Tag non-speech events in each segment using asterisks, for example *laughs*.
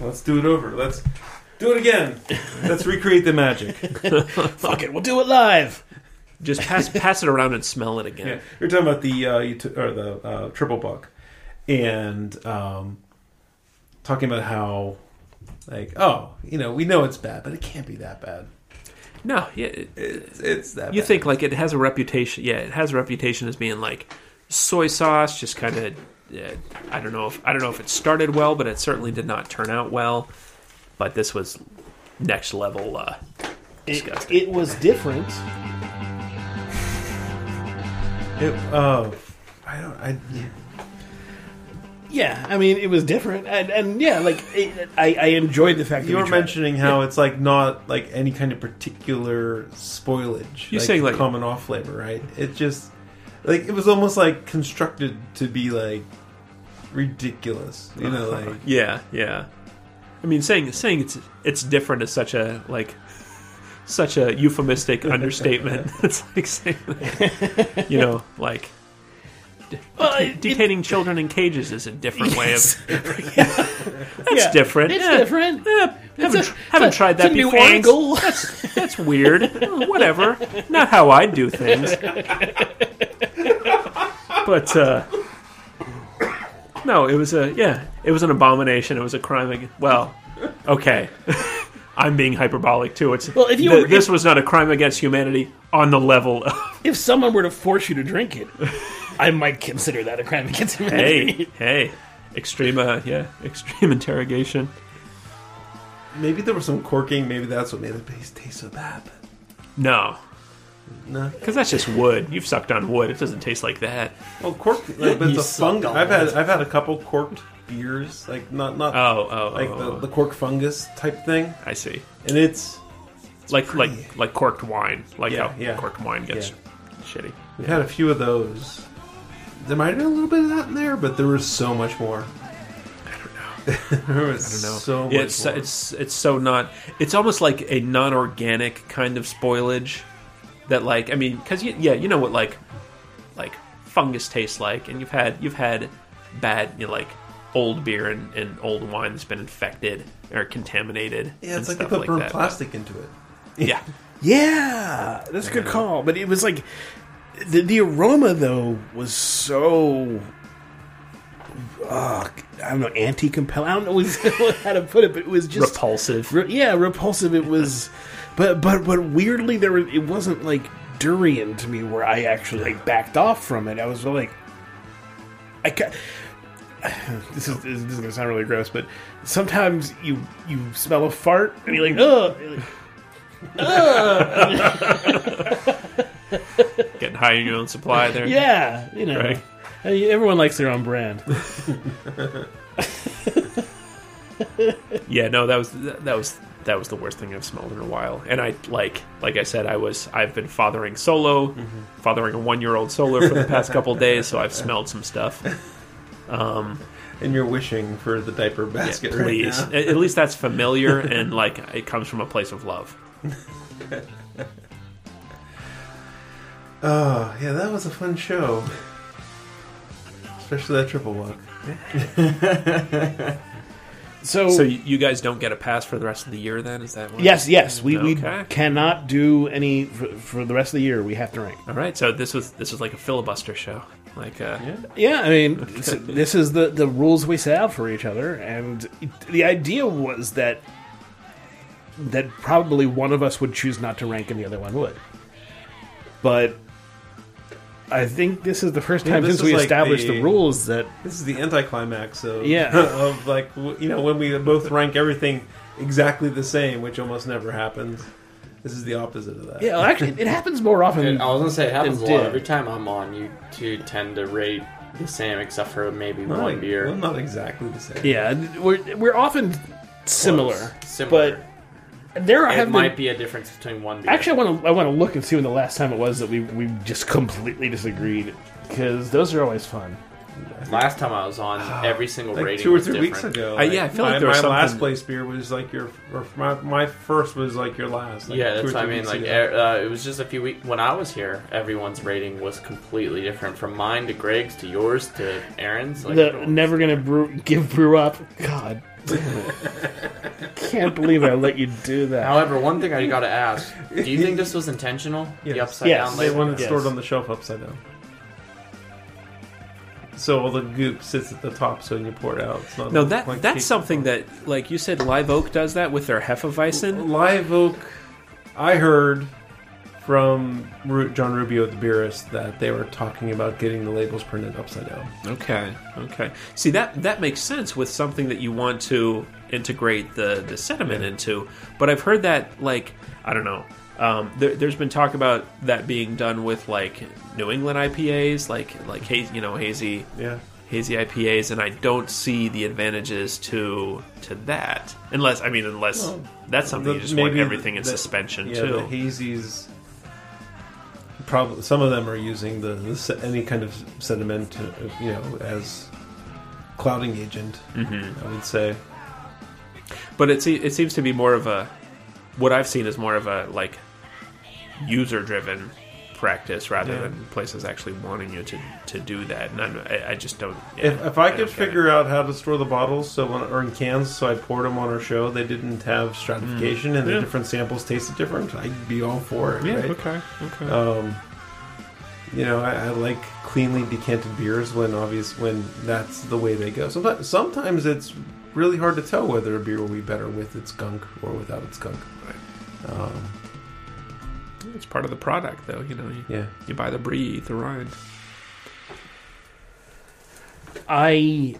Let's do it over. Let's do it *laughs* again. Let's recreate the magic. Fuck it, we'll do it live. Just pass *laughs* pass it around and smell it again. Yeah. You're talking about the uh, you t- or the uh, triple buck, and um, talking about how like oh you know we know it's bad, but it can't be that bad. No, yeah, it- It's, it's that you bad. think like it has a reputation. Yeah, it has a reputation as being like soy sauce, just kind of. Yeah, I don't know if I don't know if it started well, but it certainly did not turn out well. But this was next level. Uh, It, Disgusting. it was different. It, oh, I don't. I Yeah, I mean, it was different, and, and yeah, like it, I, I enjoyed the fact that you we were tried it. mentioning how it's like not like any kind of particular spoilage. You're saying, like- common off flavor, right? It just like it was almost like constructed to be like ridiculous. You *laughs* know, like yeah, yeah. I mean, saying saying it's it's different is such a like such a euphemistic understatement. *laughs* it's like saying, you know, like Well, it- it- detaining children in cages is a different way of. yeah, It's different. It's Yeah. different. Yeah, haven't, It's a- haven't it's a- tried that it's a new before. angle. That's, *laughs* that's weird. Whatever. Not how I do things. But uh, no, it was a yeah, it was an abomination. It was a crime. Against, well, okay, *laughs* I'm being hyperbolic too. It's Well, if you th- were- this if- was not a crime against humanity on the *laughs* level of If someone were to force you to drink it, I might consider that a crime against humanity. hey hey extreme uh, yeah extreme interrogation. maybe there was some corking. Maybe that's what made the taste taste so bad. But No, no, because that's just wood. You've sucked on wood. It doesn't taste like that. well, corked. Like, but You it's a suck fungus. on I've had it. I've had a couple corked beers. Like not not Oh oh, like oh, the, oh. the cork fungus type thing, I see. and it's. like like like corked wine, like Yeah, how yeah. corked wine gets Yeah. shitty. We've had a few of those. There might have been a little bit of that in there, but there was so much more. I don't know. *laughs* there was No, so much yeah, it's more. it's it's so not. It's almost like a non-organic kind of spoilage. That like I mean, because yeah, you know what like like fungus tastes like, and you've had you've had bad you know, like old beer and, and old wine that's been infected or contaminated. yeah, it's and like they stuff put like burnt that. plastic into it. *laughs* Yeah, Yeah, that's a good call. But it was like the the aroma though was so. Uh, I don't know, anti-compelling. I don't know what- how to put it, but it was just repulsive. Re- yeah, repulsive. It was, but but but weirdly, there was, it wasn't like durian to me where I actually like backed off from it. I was like, I ca- *sighs* this is this is gonna sound really gross, but sometimes you you smell a fart and you're like, ugh. You're like, Getting high on your own supply there. yeah, you know. Right. I mean, Everyone likes their own brand. Yeah, no, that was that was that was the worst thing I've smelled in a while. And I like like I said, I was I've been fathering solo, fathering a one year old solo for the past couple days, so I've smelled some stuff. Um, And you're wishing for the diaper basket right Please, *laughs* now. at, at least that's familiar and like it comes from a place of love. Oh, yeah, that was a fun show. Especially that triple walk. So, So you, you guys don't get a pass for the rest of the year, then? Is that what? yes, yes, we, Okay. we cannot do any for, for the rest of the year. We have to rank. All right. So this was this was like a filibuster show. Like uh, Yeah, I mean, s- this is the the rules we set out for each other, and it- the idea was that that probably one of us would choose not to rank, and the other one would. But I think this is the first time this since is we like established the, the- rules that This is the anticlimax of, *laughs* Yeah. of like, w- you know, when we both rank everything exactly the same, which almost never happens. This is the opposite of that. yeah, well, actually, it happens more often. Dude, I was gonna say it happens a It lot. did. Every time I'm on, you two tend to rate the same, except for maybe Not, one beer. well, not exactly the same. Yeah, we're we're often similar, Similar. but there it have might been. be a difference between one beer. Actually, I want to I want to look and see when the last time it was that we we just completely disagreed because those are always fun. last time I was *sighs* on, every single like rating two or was three weeks different. ago. Uh, yeah, I feel like my, there was my last something- place beer was like your, or my, my first was like your last. Like yeah, two that's or what I three mean. weeks Like, ago. er, uh, it was just a few weeks when I was here. Everyone's rating was completely different, from mine to Greg's to yours to Aaron's. Like, the everyone's- never gonna brew, give brew up. God, Can't believe I let you do that. However, one thing I gotta ask: Do you think this was intentional? The Yes. upside Yes. down They label. want it Yes. stored on the shelf upside down. So all the goop sits at the top, so when you pour it out, it's not No, that like that's cake. something that, like you said, Live Oak does that with their Oh, Hefeweizen. Live Oak. I heard from Ru- John Rubio at the Beerist that they were talking about getting the labels printed upside down. Okay, okay. See that that makes sense with something that you want to integrate the the sediment into. But I've heard that, like, I don't know. Um, there, there's been talk about that being done with like New England IPAs, like like hazy, you know, hazy Yeah. hazy IPAs, and I don't see the advantages to to that. Unless I mean, unless that's something you The- just want maybe everything in the- suspension yeah, too. The hazies. Probably some of them are using the, the se- any kind of sediment, uh, you know, as clouding agent. Mm-hmm. I would say. But it, se- it seems to be more of a what I've seen is more of a like user driven practice rather Yeah. than places actually wanting you to, to do that. And I'm, I, I just don't. yeah, If, if I don't could get it. figure out how to store the bottles, so when, or in cans, so I poured them on our show, they didn't have stratification, and Hmm. Yeah. the different samples tasted different. I'd be all for it. yeah, right? okay, okay. Um, you know, I, I like cleanly decanted beers when obvious when that's the way they go. Sometimes, sometimes it's really hard to tell whether a beer will be better with its gunk or without its gunk. Um, it's part of the product, though. You know, you, yeah, you buy the brie, you eat the rind. I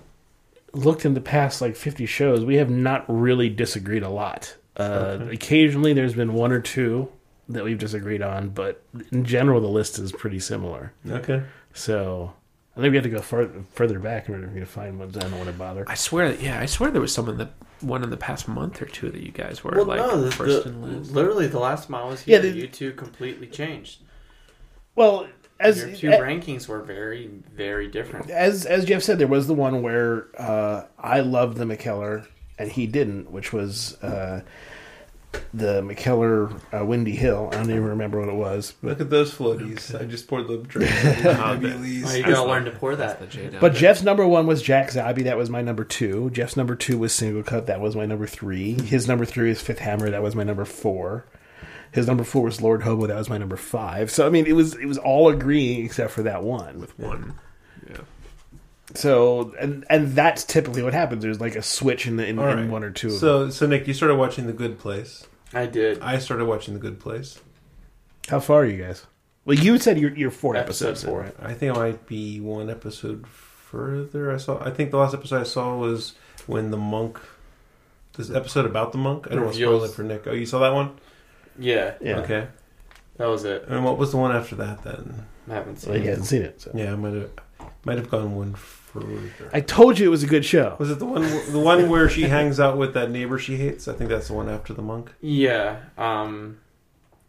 looked in the past like 50 shows. We have not really disagreed a lot. Uh, Occasionally, there's been one or two that we've disagreed on, but in general, the list is pretty similar. okay. So I think we have to go far- further back in order for me to find ones. I don't want to bother. I swear, that, yeah, I swear there was someone that one in the past month or two that you guys were Well, like no, the- first the- and last. literally the last time I was Yeah, here, they- you two completely changed. Well, as Your two a- rankings were very, very different. as as Jeff said, there was the one where uh, I loved the McKellar and he didn't, which was uh, the McKellar uh, Windy Hill. I don't even remember what it was, but Look at those floaties. I just poured the *laughs* drinks. out of the WWEs. Well, you gotta learn to pour that. The J But Jeff's number one was Jack Zabi. That was my number two. Jeff's number two was Single Cut. That was my number three. His number three is Fifth Hammer. That was my number four. His number four was Lord Hobo. That was my number five. So I mean, it was it was all agreeing except for that one. one, yeah. So and and that's typically what happens. There's like a switch in the in, All in right. one or two. Of them. So, so Nick, you started watching The Good Place. I did. I started watching The Good Place. How far are you guys? Well, you said you're, you're four Episode episodes four. in. I think I might be one episode further. I saw. I think the last episode I saw was when the monk. This episode about the monk. I don't want to spoil it Reveals. for Nick. Oh, you saw that one? Yeah, Yeah. Okay. that was it. And what was the one after that then? I haven't seen Well, you it. haven't seen it. So. Yeah, I might have might have gone one further. I told you it was a good show. was it the one the one where she hangs out with that neighbor she hates? I think that's the one after the monk. Yeah. Um.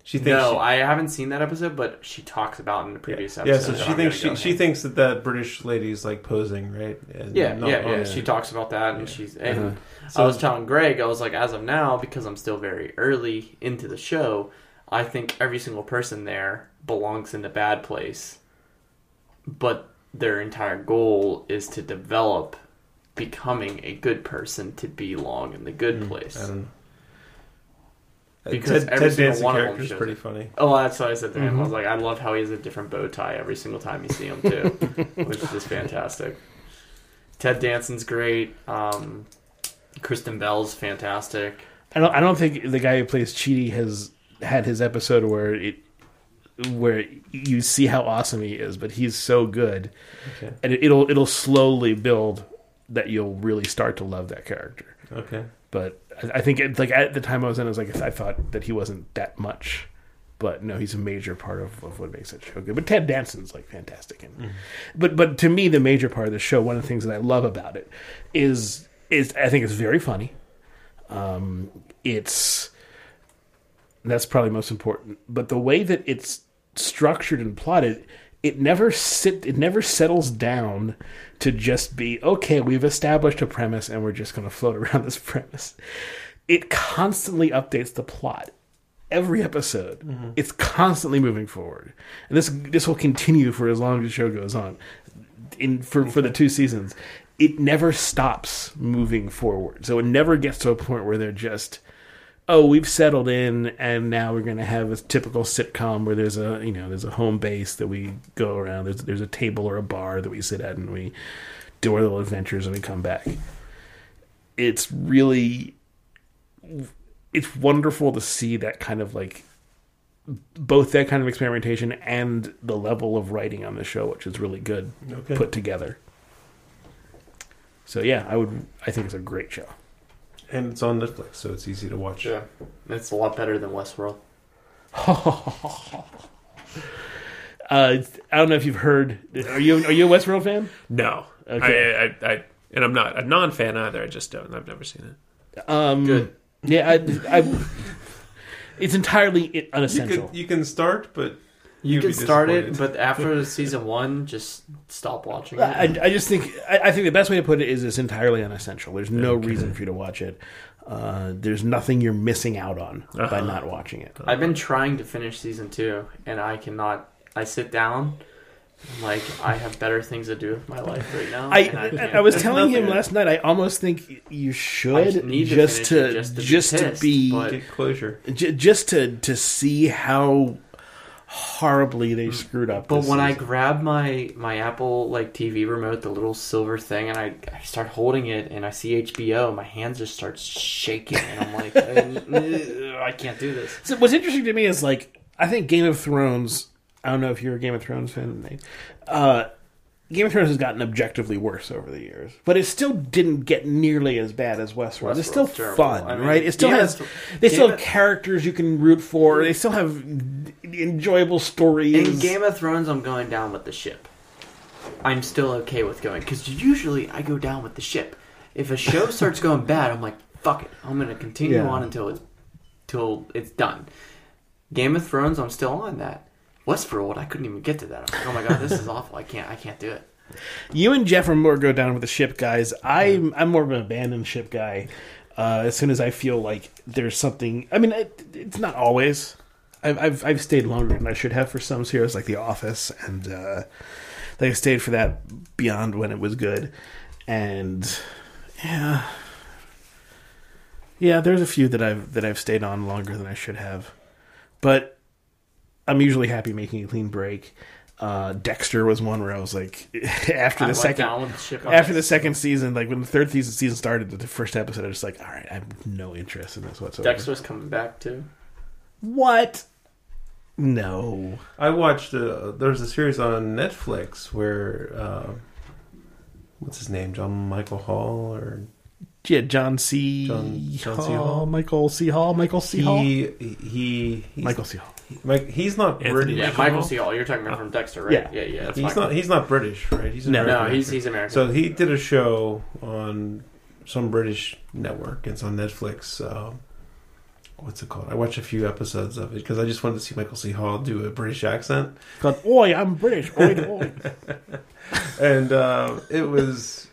She thinks No, she, I haven't seen that episode, but she talks about it in the previous yeah, episode. so that she I'm thinks gonna she, go she with. thinks that that British lady's like posing, right? And Yeah, not yeah, yeah, on- She talks about that, and she's. And So- I was telling Greg, I was like, as of now, because I'm still very early into the show, I think every single person there belongs in the bad place, but their entire goal is to develop becoming a good person to be long in the good place. I don't know. Because uh, Ted, every Ted single Danson one of them character's shows pretty it. funny. Oh, that's what I said to him. I Mm-hmm. was like, I love how he has a different bow tie every single time you see *laughs* him too, which is just fantastic. Ted Danson's great. Um, Kristen Bell's fantastic. I don't. I don't think the guy who plays Chidi has had his episode where it where you see how awesome he is, but he's so good, Okay. and it, it'll it'll slowly build that you'll really start to love that character. Okay. But I, I think it, like at the time I was in, I was like I thought that he wasn't that much, but no, he's a major part of, of what makes that show good. But Ted Danson's like fantastic, and but but to me the major part of the show, one of the things that I love about it is is I think it's very funny. Um, it's that's probably most important. But the way that it's structured and plotted, it never sit it never settles down to just be okay. We've established a premise, and we're just going to float *laughs* around this premise. It constantly updates the plot every episode. It's constantly moving forward, and this this will continue for as long as the show goes on. In for for the two seasons, it never stops moving forward. So it never gets to a point where they're just, oh, we've settled in, and now we're going to have a typical sitcom where there's a you know there's a home base that we go around. There's there's a table or a bar that we sit at, and we do our little adventures, and we come back. It's really it's wonderful to see that kind of like both that kind of experimentation and the level of writing on the show, which is really good Okay. put together. So yeah, I would. I think it's a great show. and it's on Netflix, so it's easy to watch. Yeah, it's a lot better than Westworld. Uh, I don't know if you've heard. Are you are you a Westworld fan? No, Okay. I, I, I, and I'm not a non fan either. I just don't. I've never seen it. Um, Good. Yeah, I, I, it's entirely i- You unessential. can you can start, but You You'd can be start it, disappointed. *laughs* but after season one, just stop watching it. I, I just think I, I think the best way to put it is it's entirely unessential. There's no reason for you to watch it. Uh, there's nothing you're missing out on by Uh-huh. not watching it. I've been trying to finish season two, and I cannot. I sit down, I'm like I have better things to do with my life right now. *laughs* I, and I, can't was do telling him nothing. last night. I almost think you should need to just finish it to just to be just to pissed, be but- get closure. j- just to to see how horribly they screwed up. Mm. But this when I season. grab my my Apple like TV remote, the little silver thing, and I, I start holding it, and I see HBO, my hands just start shaking, and I'm like, *laughs* uh, I, I can't do this. So what's interesting to me is like I think Game of Thrones. I don't know if you're a Game of Thrones fan. Nate. Uh, Game of Thrones has gotten objectively worse over the years, but it still didn't get nearly as bad as Westworld. it's still Westworld's terrible. fun, I mean, right? It still Game has. of- They still Game have of- characters you can root for. They still have enjoyable stories. In Game of Thrones, I'm going down with the ship. I'm still okay with going because usually I go down with the ship. If *laughs* a show starts going bad, I'm like, fuck it, I'm gonna continue Yeah. on until it's till it's done. Game of Thrones, I'm still on that. Westworld, I couldn't even get to that. I'm like, oh my god, *laughs* this is awful. I can't, I can't do it. You and Jeff are more go down with the ship guys. I'm I'm more of an abandoned ship guy. Uh, as soon as I feel like there's something, I mean, it, it's not always. I've, I've I've stayed longer than I should have for some series like The Office, and uh, like I stayed for that beyond when it was good, and yeah, yeah. There's a few that I've that I've stayed on longer than I should have, but I'm usually happy making a clean break. Uh, Dexter was one where I was like, *laughs* after the I went second down with the ship. on after that. the second season, like when the third season season started, the first episode, I was just like, all right, I have no interest in this whatsoever. Dexter's coming back too. What? No. I watched. Uh, There's a series on Netflix where uh, what's his name, John Michael Hall, or Yeah, John C. John- John C. Hall, Hall? Michael C. Hall, Michael C. Hall, he he he's, Michael C. Hall. Mike, he's not Anthony British. Yeah, Michael Michael Hall? C. Hall. You're talking about from Dexter, right? Yeah. yeah, yeah. that's He's Michael. not he's not British, right? He's an No. American No, he's actor. he's American. So he did a show on some British network. It's on Netflix. Uh, what's it called? I watched a few episodes of it because I just wanted to see Michael C. Hall do a British accent, God, oi, I'm British. Oi, oi. and uh, it was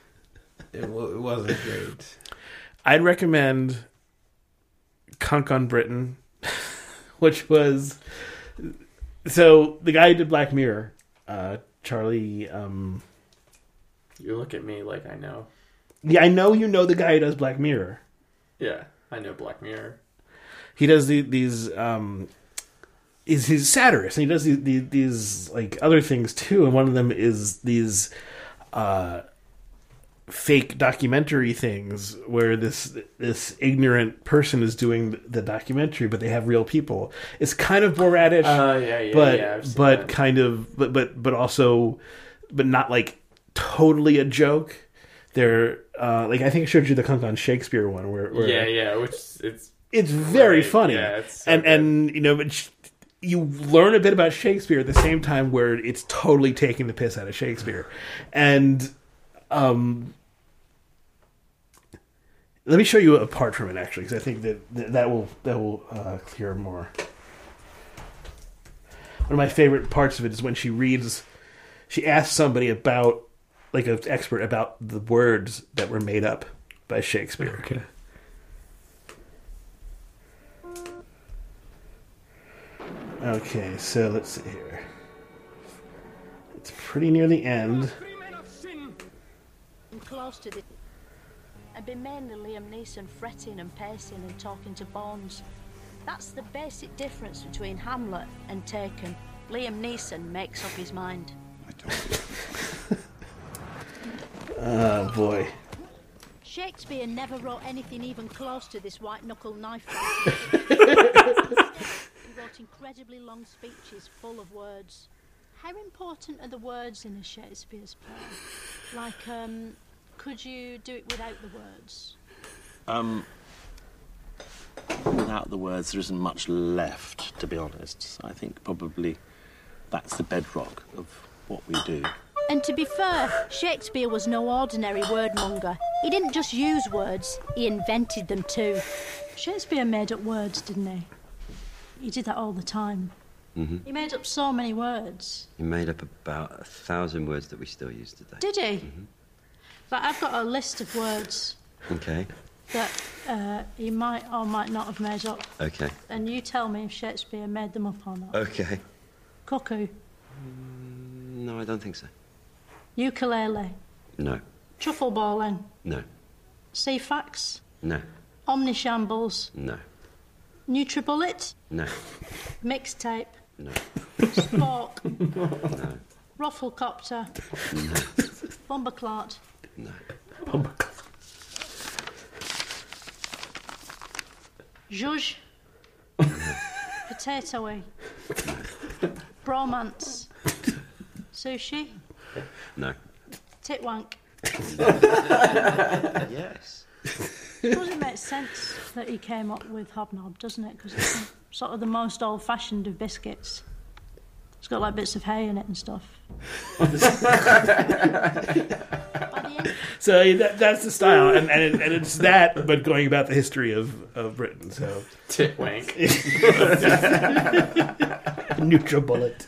it, wa- it wasn't great. *laughs* I'd recommend Conk on Britain, *laughs* which was so the guy who did Black Mirror, uh, Charlie. Um, you look at me like I know. yeah, I know you know the guy who does Black Mirror. Yeah, I know Black Mirror. he does the, these um is his satirist and he does the, the, these like other things too and one of them is these uh fake documentary things where this this ignorant person is doing the documentary but they have real people it's kind of boratish Uh, yeah, yeah, but yeah. I've seen but that. kind of but but but also but not like totally a joke they're uh like i think i showed you the kunk on shakespeare one where, where yeah, yeah, which it's it's very Right, funny yeah, it's so and good. and you know but sh- you learn a bit about shakespeare at the same time where it's totally taking the piss out of shakespeare and um let me show you a part from it actually because i think that that that will that will uh, clear more one of my favorite parts of it is when she reads she asks somebody about like an expert about the words that were made up by shakespeare Okay. Okay, so let's see here. It's pretty near the end. Free men of sin, incline close to the. I've been mainly Liam Neeson fretting and pacing and talking to Bones. That's the basic difference between Hamlet and Taken. Liam Neeson makes up his mind. I told you. Oh boy. Shakespeare never wrote anything even close to this white knuckle knife *laughs* fight. he wrote incredibly long speeches full of words. How important are the words in a Shakespeare's play? Like, um, could you do it without the words? Without the words, there isn't much left, to be honest. So I think probably that's the bedrock of what we do. And to be fair, Shakespeare was no ordinary wordmonger. He didn't just use words, he invented them too. Shakespeare made up words, didn't he? He did that all the time. He made up so many words. He made up about a thousand words that we still use today. Did he? But I've got a list of words Okay, that uh, he might or might not have made up. okay, And you tell me if Shakespeare made them up or not. okay. Cuckoo, No, I don't think so. ukulele, No, truffle balling, no, sea fax, no, omnishambles, no, nutribullet, no, mixtape, no. *laughs* fork, rufflecopter, bomberclot. Zhuzh. Potatoey. Bromance. Sushi. No. Titwank. Yes. Doesn't make sense that he came up with hobnob, doesn't it? Because it's sort of the most old-fashioned of biscuits. It's got like bits of hay in it and stuff. By the end, So that, that's the style, and and, it, and it's that, but going about the history of, of Britain. So Tit *laughs* wank. Nutribullet.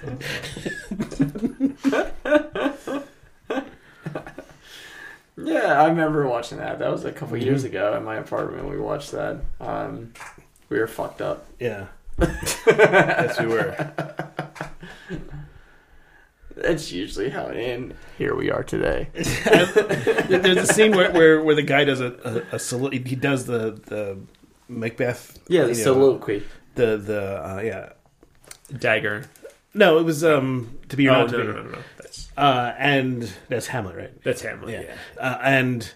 Yeah, I remember watching that. That was a Mm-hmm. couple years ago in my apartment. We watched that. Um, we were fucked up. Yeah. *laughs* yes, we were. That's usually how it ends. Here we are today. There's a scene where, where, where the guy does a, a, a solo, he does the the Macbeth. Yeah, the you know, soliloquy. The the uh, yeah. Dagger. No, it was um to be or Oh, not no, to be. no, no, no. That's, Uh, and that's Hamlet, right? that's Hamlet. yeah. yeah. Uh, and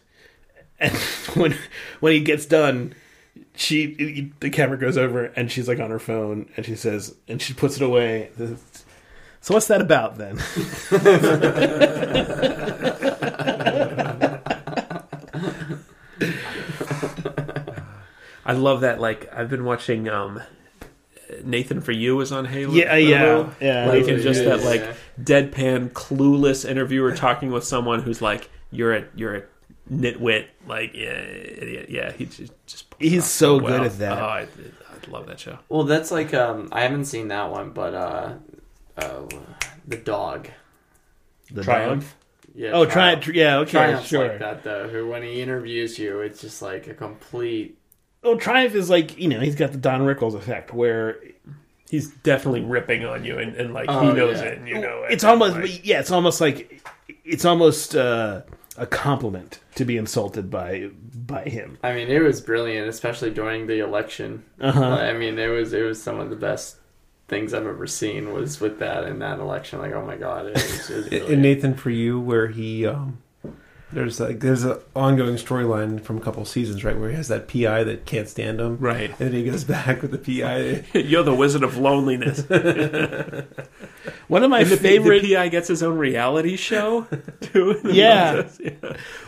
and *laughs* when when he gets done, she he- the camera goes over and she's like on her phone and she says and she puts it away. So what's that about then? I love that. Like I've been watching um, Nathan for You is on Halo. Yeah, yeah, yeah. Like in just that Yeah. like deadpan, clueless interviewer talking with someone who's like, "You're a you're a nitwit." Like yeah, idiot. yeah. He just, just pulls it He's off so well. good at that. Oh, I, I love that show. Well, that's like um, I haven't seen that one, but uh, uh the dog. The Triumph? Yeah. Oh, Tri- triumph. Yeah, okay, Triumph's sure. like that though. Who when he interviews you, it's just like a complete. Well, Triumph is like you know he's got the Don Rickles effect where He's definitely ripping on you, and, and like Oh, he knows yeah. it, and you know it. it's almost Like, yeah it's almost like it's almost uh, a compliment to be insulted by by him. I mean, it was brilliant, especially during the election. Uh-huh. I mean, it was it was some of the best things I've ever seen was with that in that election. Like, oh my god, it *laughs* was, it was in brilliant. Nathan for you where he um, there's like there's an ongoing storyline from a couple seasons right where he has that PI that can't stand him Right. and then he goes *laughs* back with the PI You're the wizard *laughs* of loneliness. One of my The favorite favorite PI gets his own reality show. *laughs* Too. Yeah. yeah.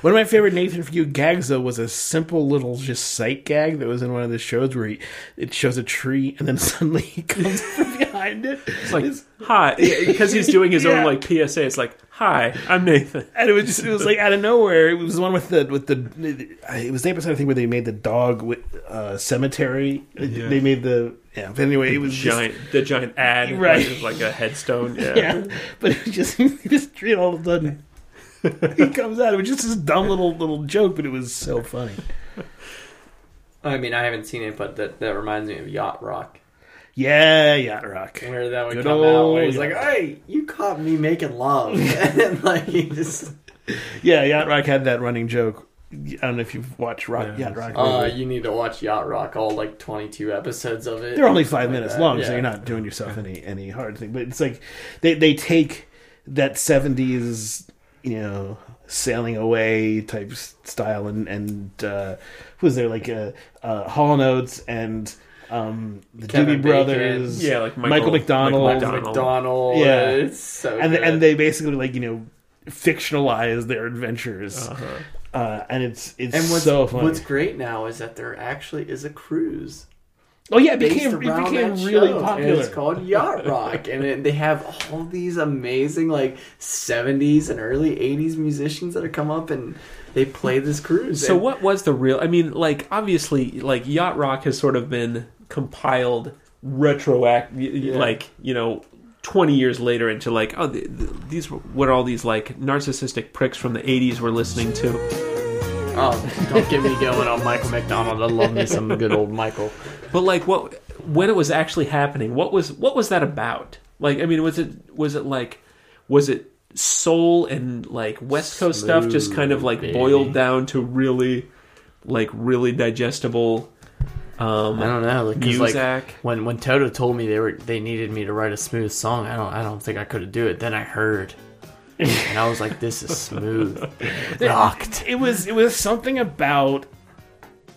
One of my favorite Nathan for You gags though was a simple little just sight gag that was in one of the shows where he, it shows a tree and then *laughs* suddenly he comes from behind it. It's like hi, because he's doing his Yeah. own like PSA. It's like hi, I'm Nathan. And it was just it was like out of nowhere. It was the one with the with the it was the episode I think where they made the dog with uh, cemetery. They made the yeah. But anyway, it was just- giant the giant ad like- Right. like, a headstone yeah, *laughs* yeah, but it was just *laughs* this tree all of a sudden he comes out. It was just this dumb little little joke, but it was so funny. I mean, I haven't seen it, but that that reminds me of Yacht Rock. Yeah, yacht rock. where that would Good come out old where he's Yacht *laughs* like, "Hey, you caught me making love," and like he just Yeah, Yacht Rock had that running joke. I don't know if you've watched Rock, Yeah, Yacht Rock. Uh, you need to watch Yacht Rock, all like 22 episodes of it. they're only five minutes that, long, yeah. so you're not doing yourself any any hard thing. But it's like they they take that seventies, you know, sailing away type s- style, and and uh, who was there like uh, uh, Hall Notes and um, the Kevin Doobie Bacon. Brothers, Yeah, like Michael, Michael McDonald. Michael McDonald. McDonald. Yeah. Yeah. It's so and good. and they basically like you know fictionalize their adventures, uh and it's it's And what's, so funny. what's great now is that there actually is a cruise. oh yeah, it based became it around became that really show, and popular. It's called Yacht Rock, and it, they have all these amazing like '70s and early '80s musicians that have come up and they play this cruise. So And what was the real? I mean, like obviously, like yacht rock has sort of been compiled retroact, y- y- like you know, twenty years later into like oh th th these were- what all these like narcissistic pricks from the '80s were listening to. Oh, don't get me going on Michael McDonald. I love me some good old Michael. But like what when it was actually happening, what was what was that about? Like I mean, was it was it like was it soul and like West Coast stuff just kind of like boiled down to really like really digestible? Um, I don't know. Like, 'cause, like, Muzak. when when Toto told me they were they needed me to write a smooth song, I don't I don't think I could do it. Then I heard, and I was like, this is *laughs* smooth, rocked. it was it was something about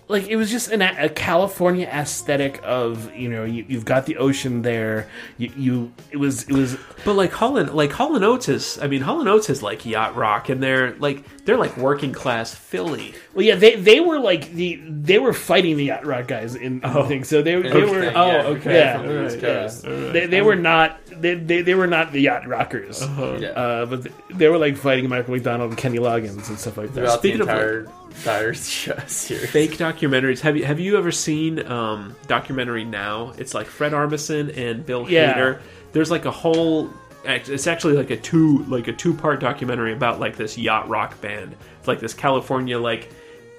like it was just an, a California aesthetic of you know you, you've got the ocean there you, you it was it was But like Holland, like Holland Oates is, I mean, Holland Oates is like yacht rock, and they're like they're like working class Philly. well yeah they they were like the they were fighting the yacht rock guys in oh. thing so they, they were Okay, oh yeah, okay okay, yeah, from the East yeah. Coast. they they were not they, they they were not the yacht rockers Yeah. uh, but th- they were like fighting Michael McDonald and Kenny Loggins and stuff like that Throughout Speaking the of, like- entire entire *laughs* show series. Fake documentaries. Have you have you ever seen um, documentary now? It's like Fred Armisen and Bill Yeah. Hader. There's like a whole. act- It's actually like a two like a two part documentary about like this yacht rock band. It's like this California like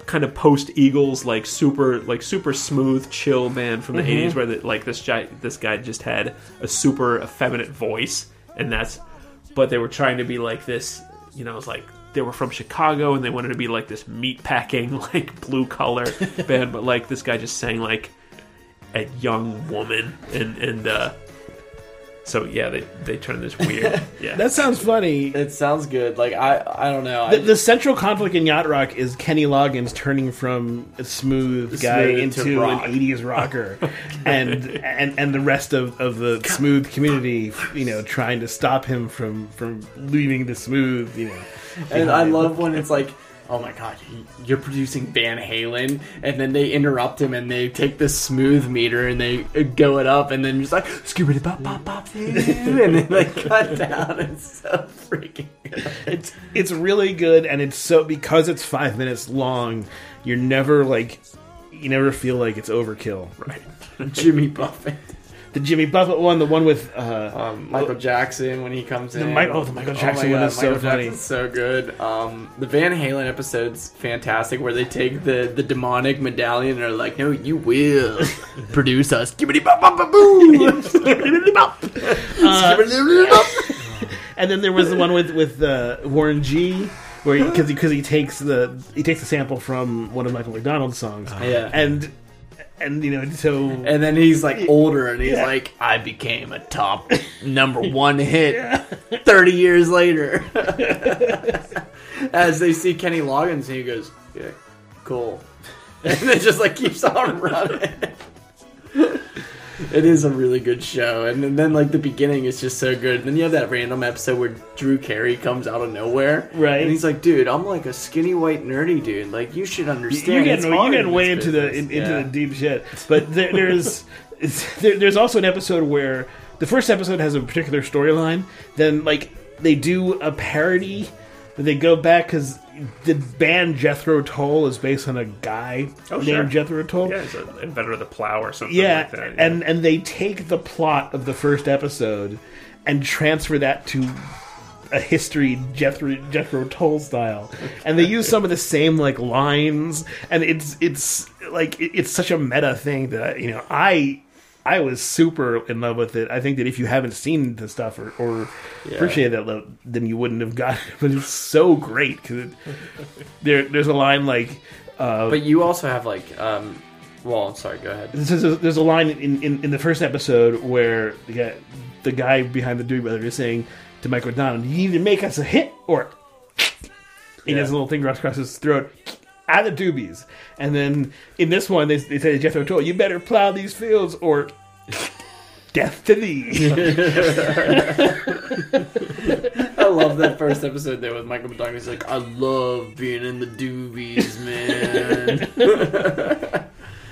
kind of post Eagles like super like super smooth chill band from the 80s where the, like this guy this guy just had a super effeminate voice and that's but they were trying to be like this you know it's like they were from Chicago and they wanted to be like this meat packing *laughs* like blue collar band but like this guy just sang like a young woman and and uh so yeah they they turned this *laughs* weird yeah that sounds funny It sounds good. Like I, I don't know. I, The, the central conflict in Yacht Rock is Kenny Loggins turning from a smooth guy Smooth into to rock. an '80s rocker, *laughs* and and and the rest of, of the smooth community, you know, trying to stop him from from leaving the smooth. You know, and I love when it's like, oh my god, he- you're producing Van Halen, and then they interrupt him and they take this smooth meter and they uh, go it up, and then just like *laughs* scoobity bop bop bop, *laughs* and then they cut down. It's so freaking. Good. *laughs* it's it's really good, and it's so because it's five minutes long. You're never like, you never feel like it's overkill. right Jimmy Buffett, The Jimmy Buffett one, the one with uh, um, Michael Jackson when he comes in. Mi- oh, the Michael Oh my Jackson one God, is so Michael funny. Jackson's so good. Um, the Van Halen episode's fantastic, where they take the, the demonic medallion and are like, "No, *laughs* you will produce us." Gibbity bop bop bop boo. Uh, And then there was the one with with uh, Warren G, where because he, because he takes the he takes a sample from one of Michael McDonald's songs, yeah. and and you know so And then he's like older and he's like, I became *laughs* a top number one hit 30 years *laughs* later. As they see Kenny Loggins and he goes, Yeah, cool. *laughs* And it just like keeps on running. It is a really good show, and, and then like the beginning is just so good. Then you have that random episode where Drew Carey comes out of nowhere, Right. And he's like, "Dude, I'm like a skinny white nerdy dude. Like you should understand." you're It's getting you're hard getting in way this into the business." in, into Yeah. the deep shit. But there, there's *laughs* it's- there, there's also an episode where the first episode has a particular storyline. Then like they do a parody. but They go back because the band Jethro Tull is based on a guy named Oh, sure. Jethro Tull. yeah it's a inventor of the plow or something yeah, like that and and they take the plot of the first episode and transfer that to a history Jethro Jethro Tull style, and they use some of the same like lines, and it's it's like it- it's such a meta thing that I, you know I I was super in love with it. I think that if you haven't seen the stuff or, or appreciated that love, then you wouldn't have gotten it. But it's so great because there, there's a line like, uh, But you also have like, um, well, I'm sorry. Go ahead. there's a, there's a line in, in, in the first episode where the guy, the guy behind the Doobie Brother is saying to Michael O'Donnell, "You either make us a hit or." He does a little thing across his throat. Out of doobies, and then in this one they, they say to Jethro Tull, "You better plow these fields or death to *laughs* thee." *laughs* I love that first episode there with Michael McDonald. He's like, I love being in the doobies, man.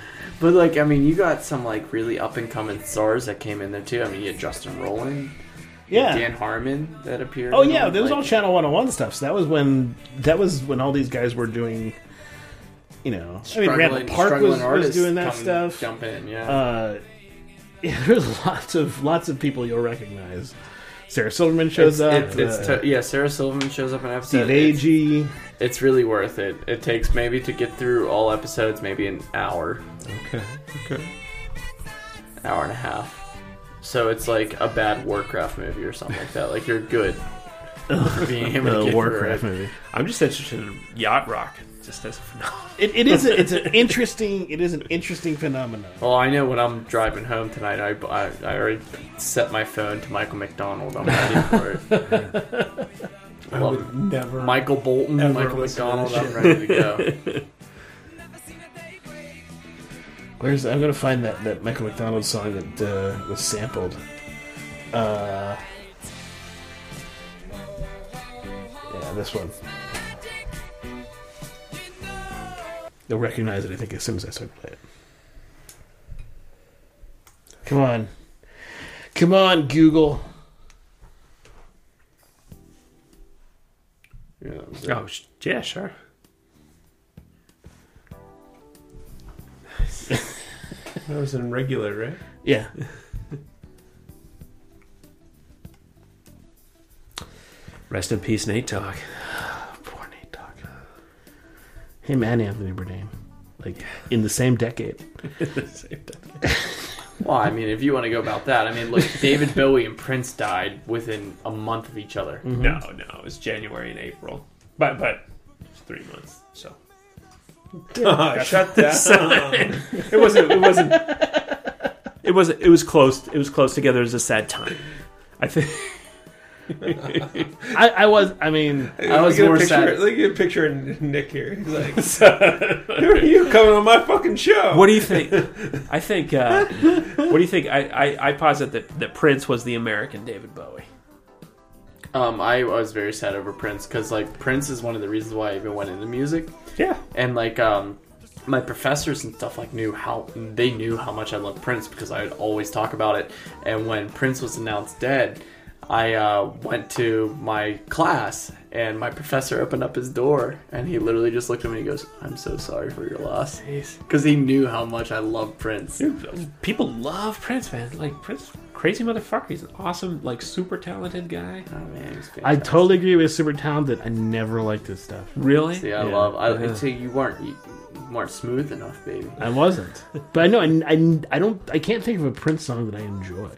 *laughs* but like, I mean, you got some like really up and coming stars that came in there too. I mean, you had Justin Rowland, you yeah. had Dan Harmon that appeared. Oh in yeah, it, that was like- all Channel 101 stuff. So that was when that was when all these guys were doing, you know, I mean, Randall struggling- Park struggling was, was artists doing that come stuff. Jump in, yeah. Uh, *laughs* yeah, there's lots of lots of people you'll recognize. Sarah Silverman shows up. It's, it's uh, to- yeah, Sarah Silverman shows up in an episode. Steve It's- Agee. It's really worth it. It takes maybe to get through all episodes, maybe an hour, Okay. Okay. hour and a half. So it's like a bad Warcraft movie or something like that. Like *laughs* you're good for being able to The get Warcraft through it. movie. I'm just interested in yacht rock. Just as a phenomenon. It, it is. A, it's an interesting. It is an interesting phenomenon. Well, I know when I'm driving home tonight, I, I, I already set my phone to Michael McDonald. *laughs* I'm ready for it. I Well, would never. Michael Bolton, Ever Michael listen to McDonald. this I'm ready to go. *laughs* Where's I'm gonna find that, that Michael McDonald song that uh, was sampled. Uh, yeah, this one. You'll recognize it, I think, as soon as I start playing it. Come on, come on, Google. Yeah, that was it. Oh sh- yeah, sure. That was in regular, right? Yeah. Rest in peace, Nate Dogg. *sighs* Poor Nate Dogg. Him and *laughs* Anthony Bourdain, like in the same decade. Well, I mean, if you want to go about that, I mean, look, David Bowie and Prince died within a month of each other. No, no, it was January and April, but but it's three months. So *laughs* Ah, Shut that. it wasn't. It *laughs* wasn't. It was. It was close. It was close together. It was a sad time. I *laughs* think. I, I was. I *laughs* mean, I was look at a more picture, sad. Look at a picture of Nick here. He's like, *laughs* "Who are you coming on my fucking show?" What do *laughs* you think? I think. Uh, what do you think? I, I, I posit that, that Prince was the American David Bowie. Um, I was very sad over Prince because like Prince is one of the reasons why I even went into music, Yeah. and like um, my professors and stuff like knew how they knew how much I loved Prince because I would always talk about it. And when Prince was announced dead, I uh, went to my class and my professor opened up his door and he literally just looked at me and he goes, "I'm so sorry for your loss," because he knew how much I loved Prince. People love Prince, man. Like Prince, crazy motherfucker. He's an awesome, like super talented guy. Oh, man, he's I fantastic. totally agree with Super Talented. I never liked this stuff. Really? See, I Yeah. love. I Yeah. see you weren't you weren't smooth enough, baby. I wasn't, but I know I, I, I don't I can't think of a Prince song that I enjoy.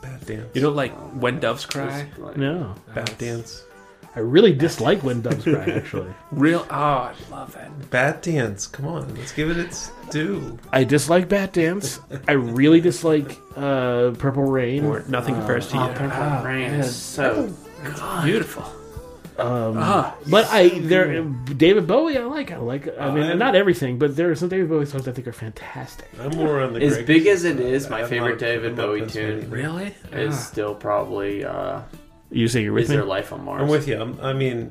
Bad dance. You don't like when doves cry? Just, like- No, Bad dance. I really dislike when doves cry. Actually, Real? Oh, I love that. Bad dance. Come on, let's give it its due. *laughs* I dislike Bat Dance. I really dislike uh, Purple Rain. Um, Or nothing compares to you. Oh, Purple Rain is so Beautiful. Um, Ah, but I Uh, there David Bowie I like I like I mean I'm- not everything but there are some David Bowie songs I think are fantastic. I'm more on the As Greg big as it side. is, my I'm not- favorite David I'm not Bowie this tune. many. really? is Ah. still probably uh, You say you're is with me? there life on Mars? I'm with you. I'm, I mean,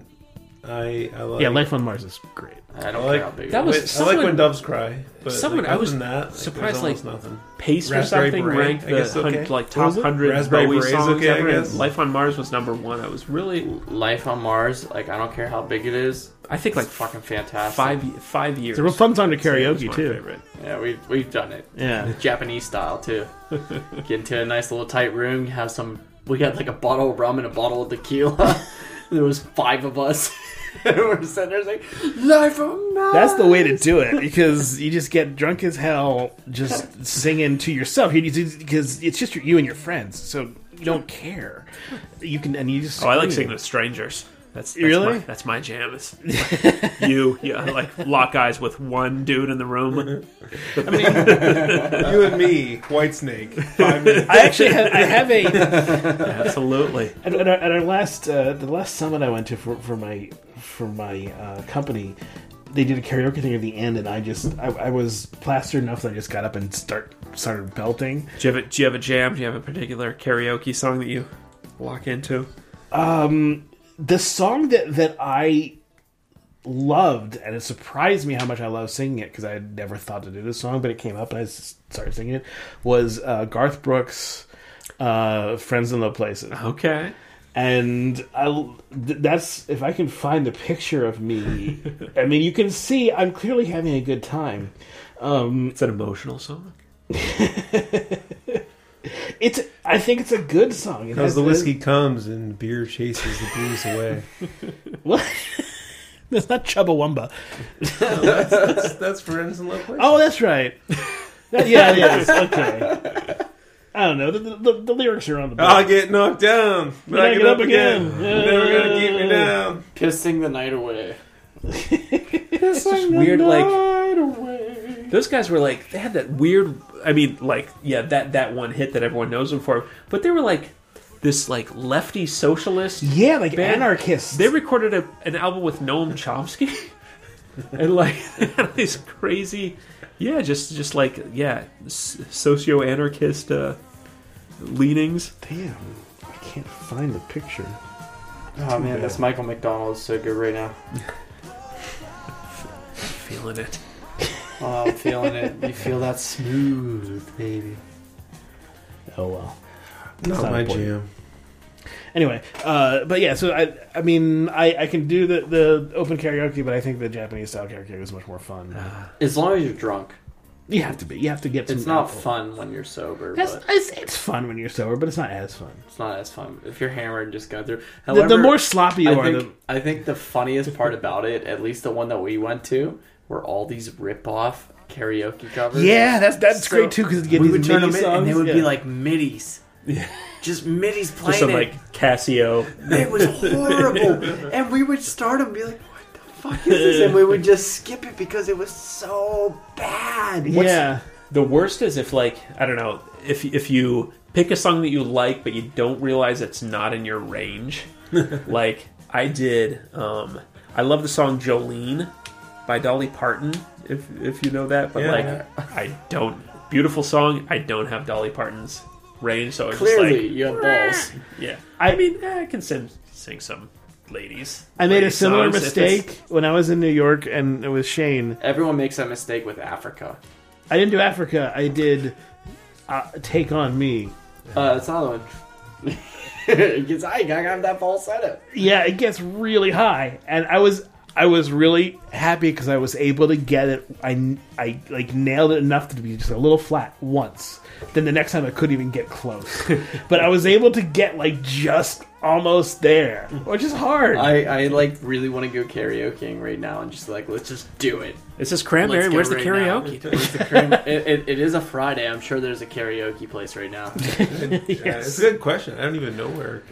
I I like yeah, Life on Mars is great. I don't I like- care how big That it was- Wait, I like someone- when doves cry. But someone- like, I other was than that, like, surprised, there's almost nothing. Pace or Raspberry something Beret, ranked I the guess, okay. hundred, like What top was it? hundred Raspberry Bowie Beret's songs okay, I ever. and guess. Life on Mars was number one. I was really, Life on Mars, like I don't care how big it is. I think, It's like fucking fantastic. five ye- five years. It's a real fun song to It was karaoke my too. favorite. Yeah, we we've done it. Yeah, Japanese style too. Get into a nice little tight room. Have *laughs* some. We had like a bottle of rum and a bottle of tequila. there was five of us. *laughs* We're sitting there saying, "Life on Mars." That's the way to do it because you just get drunk as hell just singing to yourself. You because it's just you and your friends, so you don't care. You can and you just. Oh, I like scream. singing with strangers. That's, that's Really? my, that's my *laughs* jam. Is you, yeah, I like lock eyes with one dude in the room. *laughs* You and me, White Snake. *laughs* Five minutes. I actually have, I have a Absolutely. at, at our, at our last uh, the last summit I went to for, for my for my uh, company. They did a karaoke thing at the end, and I just I, I was plastered enough that I just got up and start started belting. Do you, have a, do you have a jam? Do you have a particular karaoke song that you lock into? Um, the song that that I loved, and it surprised me how much I loved singing it because I had never thought to do this song, but it came up and I s- started singing it. Was uh, Garth Brooks' uh, "Friends in Low Places," Okay. and I l- th- that's if I can find the picture of *laughs* me. I mean, you can see I'm clearly having a good time. Um, It's an emotional song. It's I think it's a good song. It Because has- the whiskey comes and beer chases the booze away. What? That's not Chubbawamba. That's, that's friends in love. Oh, that's right. That- yeah, it *laughs* is. Okay. I don't know. The, the, the, the lyrics are on the I book. get knocked down, but I get up again. Never gonna keep me down. pissing the night away. It's just weird, like those guys were like they had that weird. I mean, like yeah, that that one hit that everyone knows them for, but they were like this like lefty socialist. Yeah, like Band- anarchists. They recorded a, an album with Noam Chomsky, *laughs* and like *laughs* they had these crazy, yeah, just just like yeah, socio anarchist uh, leanings. Damn, I can't find the picture. Oh man, this Michael McDonald is so good right now. Feeling it. Oh, I'm feeling it. You *laughs* feel that smooth, baby. Oh well. Not not my important. jam. Anyway, uh, but yeah, so I, I mean, I, I can do the, the open karaoke, but I think the Japanese style karaoke is much more fun. As long as you're drunk, you have to be. You have to get. Some Uh, it's not alcohol. fun when you're sober, That's, but it's, it's fun when you're sober, but it's not as fun. it's not as fun if you're hammered. Just go through. The- However, the, more sloppy you I are, think, the I think the funniest part about it, at least the one that we went to, were all these rip-off karaoke covers. yeah, that's that's So great too because we would turn them in, and they would be yeah. like middies. Just middies playing Just some it. like Casio. It was horrible. *laughs* and we would start and be like, what the fuck is this? And we would just skip it because it was so bad. yeah. The worst is if like I don't know if if you pick a song that you like but you don't realize it's not in *laughs* your range. like I did. Um, I love the song Jolene by Dolly Parton. If if you know that, but Yeah. like I don't. Beautiful song. I don't have Dolly Parton's range, so I was Clearly, just you have balls. like, yeah. I- I, mean, eh, I can sing, sing some ladies. I made a lady similar songs if it's- mistake when I was in New York and with Shane. Everyone makes that mistake with Africa. I didn't do Africa. I did uh, Take On Me. Uh, it's another *laughs* one. Because I gotta have that falsetto. Yeah, it gets really high, and I was I was really happy because I was able to get it. I I like nailed it enough to be just a little flat once. Then the next time I couldn't even get *laughs* close, but I was able to get like just almost there, which is hard. I, I like really want to go karaokeing right now and just like let's just do it. It's just Let's cranberry. go Where's the right now. karaoke? Where's the cran- *laughs* it, it, it is a Friday. I'm sure there's a karaoke place right now. *laughs* Yeah, it's a good question. I don't even know where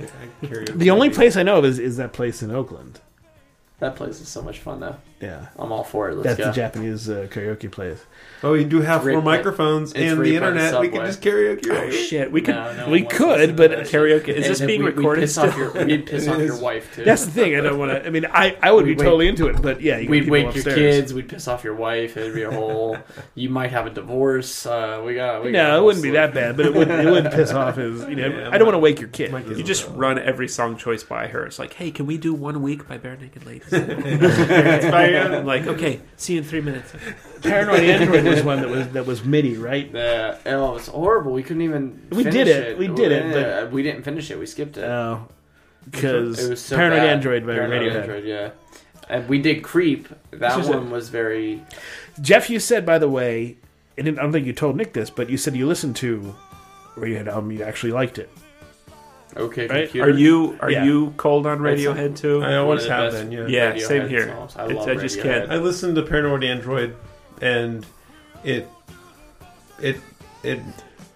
I carry it. the only place I know of is, is that place in Oakland. That place is so much fun though. Yeah, I'm all for it. Let's that's go. the Japanese uh, karaoke place. Oh, you do have It's four right- microphones it's and right by the the internet. we subway. can just karaoke. Oh shit, we could. No, no one we wants to could, listen to but that shit. Karaoke is And this then being we- we recorded? *laughs* piss off still? your, we'd piss off your wife too. That's the thing. I don't want to. I mean, I I would We'd be wait- totally into it, but yeah, you got We'd people wake upstairs. your kids. We'd piss off your wife. It'd be a whole. you might have a divorce. Uh, we got. *laughs* We got a No, it whole wouldn't be slew. that bad, but it would it would piss off his. You know, Yeah, I don't want to wake your kid. Mike is- You just run every song choice by her. It's like, hey, can we do one week by Bare Naked Ladies? I'm *laughs* like, okay, see you in three minutes. Paranoid Android was one that was that was MIDI, right? Yeah. Oh, it's horrible. We couldn't even. We did finish it. We did it, Yeah, we didn't finish it. We skipped it. Oh, it because was so Paranoid bad. Android by Paranoid Radiohead. Android, yeah. And we did creep. This That was one was very. Jeff, you said by the way, and I don't think you told Nick this, but you said you listened to Radiohead album. You actually liked it. Okay, Right? computer. Are you are Yeah. you cold on Radiohead It's- too? I always One have of the been. best- Yeah. yeah, Radiohead same here. songs. I It's- love I just Radiohead. can't. I listened to Paranoid Android, and it it it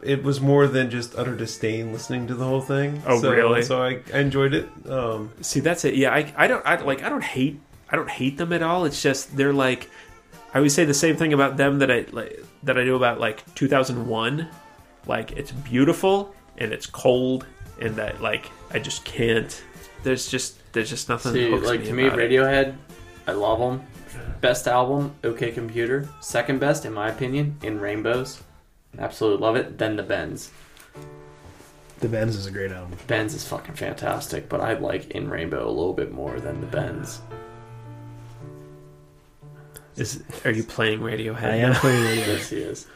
it was more than just utter disdain listening to the whole thing. Oh, so, really? So I, I enjoyed it. Um, See, that's it. Yeah, I, I don't I like I don't hate I don't hate them at all. It's just they're like I always say the same thing about them that I like, that I do about like 2001. Like it's beautiful and it's cold and that like I just can't. There's just there's just nothing. that See, hooks like me to me, about it. Radiohead, I love them. Best album, OK Computer. Second best, in my opinion, in Rainbows. Absolutely love it. Then the Bends. The Benz is a great album. Bends is fucking fantastic, but I like In Rainbow a little bit more than the Bends. Is, are you playing Radiohead? I am now? playing *laughs* Radiohead. Yes, *laughs* he is.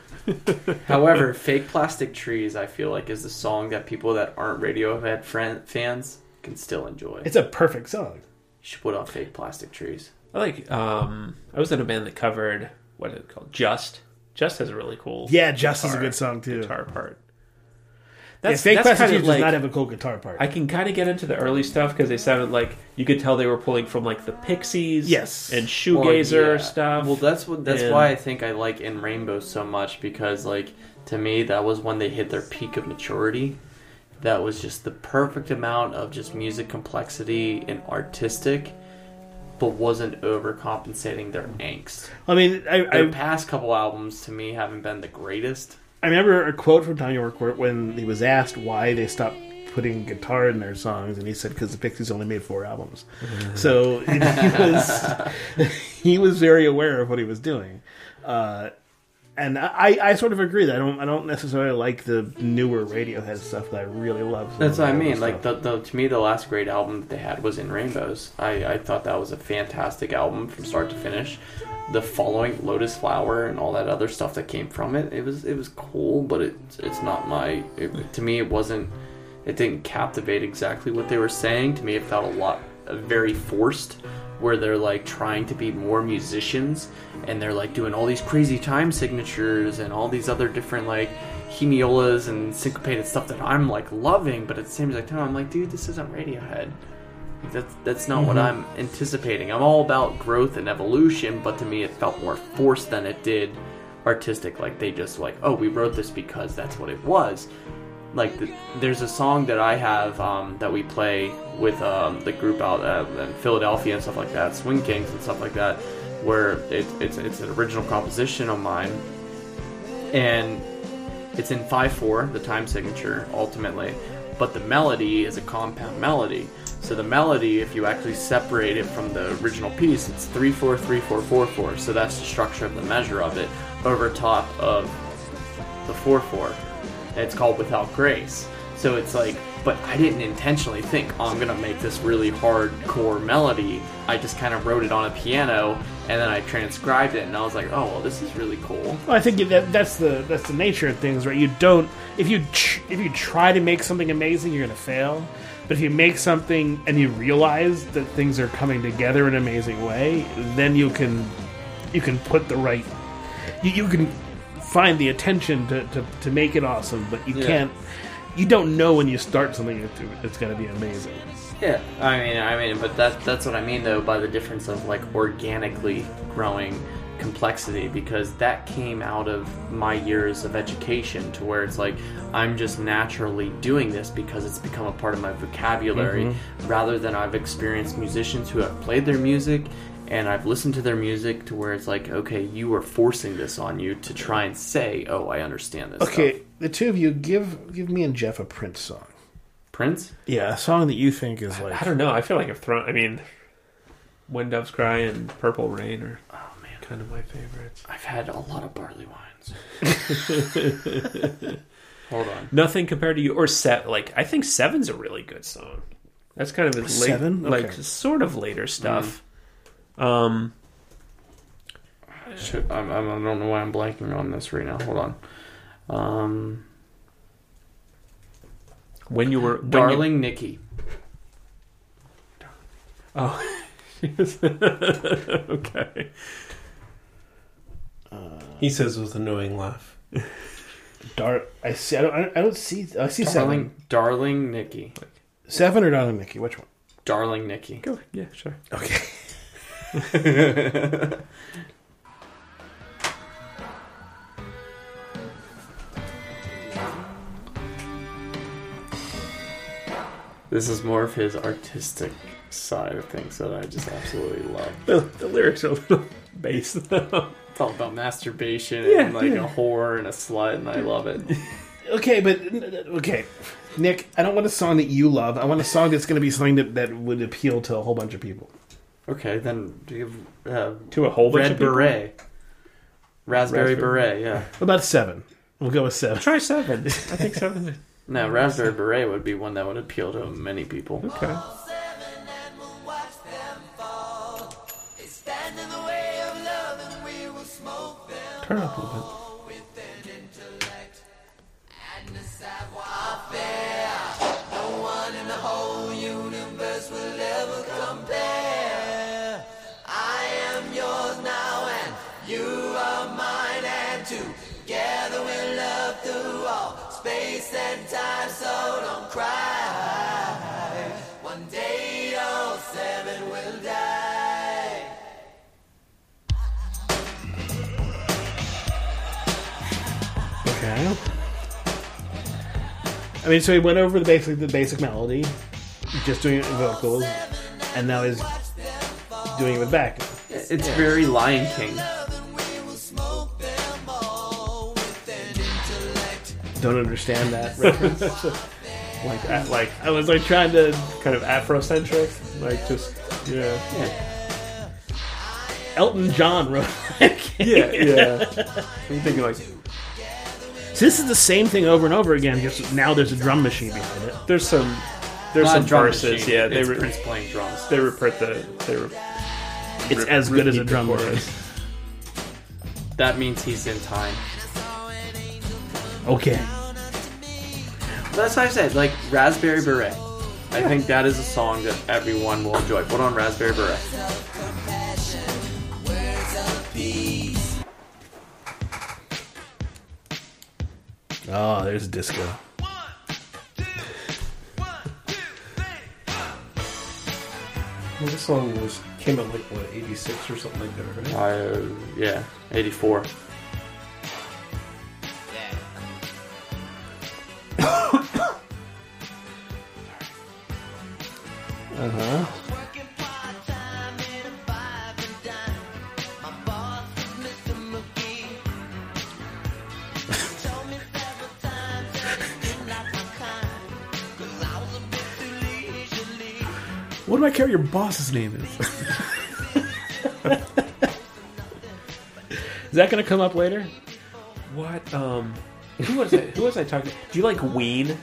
However, Fake Plastic Trees, I feel like, is the song that people that aren't Radiohead fran- fans can still enjoy. You It's a perfect song. should put on Fake Plastic Trees. I like. Um, I was in a band that covered what is it called? Just. Just has a really cool. Yeah, Just is a guitar- good song too. Guitar part. Yeah, That's, Fake that's Plastic kind Trees of does like not have a cool guitar part. I can kind of get into the early stuff because they sounded like you could tell they were pulling from like the Pixies, Yes. and Well, shoegazer yeah. stuff. Well, that's what that's and- why I think I like In Rainbow so much because, like, to me, that was when they hit their peak of maturity. That was just the perfect amount of just music complexity and artistic, but wasn't overcompensating their angst. I mean, I, Their I, past couple albums to me haven't been the greatest. I remember a quote from Tommy Yorkwart when he was asked why they stopped putting guitar in their songs, and he said because the Pixies only made four albums. So he was *laughs* he was very aware of what he was doing, uh, and I, I sort of agree that I don't I don't necessarily like the newer Radiohead stuff that I really love. That's what I mean. Like the, the to me, the last great album that they had was in Rainbows. I, I thought that was a fantastic album from start to finish. The following Lotus Flower and all that other stuff that came from it, it was it was cool, but it it's not my. It, to me, it wasn't. It didn't captivate exactly what they were saying. To me, it felt a lot very forced, where they're like trying to be more musicians and they're like doing all these crazy time signatures and all these other different like hemiolas and syncopated stuff that I'm like loving, but at the same time I'm like, dude, this isn't Radiohead. Like, That's that's not what I'm anticipating. I'm all about growth and evolution, but to me it felt more forced than it did artistic. Like they just like, oh, we wrote this because that's what it was. Like the, there's a song that I have um, that we play with um, the group out uh, in Philadelphia and stuff like that, Swing Kings and stuff like that, where it, it's it's an original composition of mine, and it's in 5 4, the time signature, ultimately, but the melody is a compound melody. So the melody, if you actually separate it from the original piece, it's 3 4 3 4 4 4. So that's the structure of the measure of it over top of the 4 4. And it's called Without Grace. So it's like, but I didn't intentionally think, oh, I'm going to make this really hardcore melody. I just kind of wrote it on a piano and then I transcribed it and I was like, oh, well, this is really cool. Well, I think that that's the that's the nature of things, right? You don't if you tr- if you try to make something amazing, you're gonna fail. But if you make something and you realize that things are coming together in an amazing way, then you can you can put the right you, you can find the attention to, to, to make it awesome. But you Yeah. can't you don't know when you start something that it's gonna be amazing. Yeah, I mean, I mean, but that that's what I mean though by the difference of like organically growing complexity because that came out of my years of education to where it's like I'm just naturally doing this because it's become a part of my vocabulary rather than I've experienced musicians who have played their music and I've listened to their music to where it's like okay you are forcing this on you to try and say oh I understand this Okay, stuff. the two of you give give me and Jeff a Prince song. Prince Yeah, a song that you think is like I don't know. I feel like I've thrown. I mean, When Doves Cry and Purple Rain are oh man kind of my favorites. I've had a lot of barley *laughs* wines hold on Nothing compared to you or set. Like I think Seven's a really good song. That's kind of his late, Seven? like Okay. sort of later stuff. Um, Shit, I'm, I'm, I don't know why I'm blanking on this right now. Hold on. Um, when you were when you- Darling Nikki. oh, *laughs* okay. he says with a knowing laugh. Dar, I see. I don't. I don't see. I see Darling, darling Nikki. seven. Seven or darling Nikki? Which one? Darling Nikki. Go. Yeah, sure. Okay. This is more of his artistic side of things that I just absolutely love. The, the lyrics are a little *laughs* based though. It's all about masturbation Yeah, and like yeah. a whore and a slut, and I love it. Okay, but okay, Nick. I don't want a song that you love. I want a song that's going to be something that, that would appeal to a whole bunch of people. Okay, then do you have, uh, To a whole bunch red of people. beret, Raspberry. raspberry, beret. Yeah, What about seven? We'll go with seven. *laughs* Try seven. I think seven. no, raspberry beret would be one that would appeal to many people. Okay. Turn up a little bit. Okay. I mean, so he went over the basic the basic melody, just doing it in vocals, and now he's doing it with backing. It's very Lion King. Don't understand that reference. Like at, like I was like trying to. kind of Afrocentric. Like just *laughs* yeah. Elton John wrote. Yeah, yeah. I'm thinking like So this is the same thing over and over again. Just now, there's a drum machine behind it. there's some there's Not some drum verses. machine, Yeah, they it's re- Prince playing drums. they reprint the they re- It's as good as a drum machine. That means he's in time. Okay. That's what I said. Like raspberry beret. I think that is a song that everyone will enjoy. Put on raspberry beret. Oh, there's disco. Well, this song was came out like what eighty six or something like that, right? Uh, yeah, 84. What do I care your boss's name is? is that going to come up later? What um who was I who was I talking to? Do you like Ween?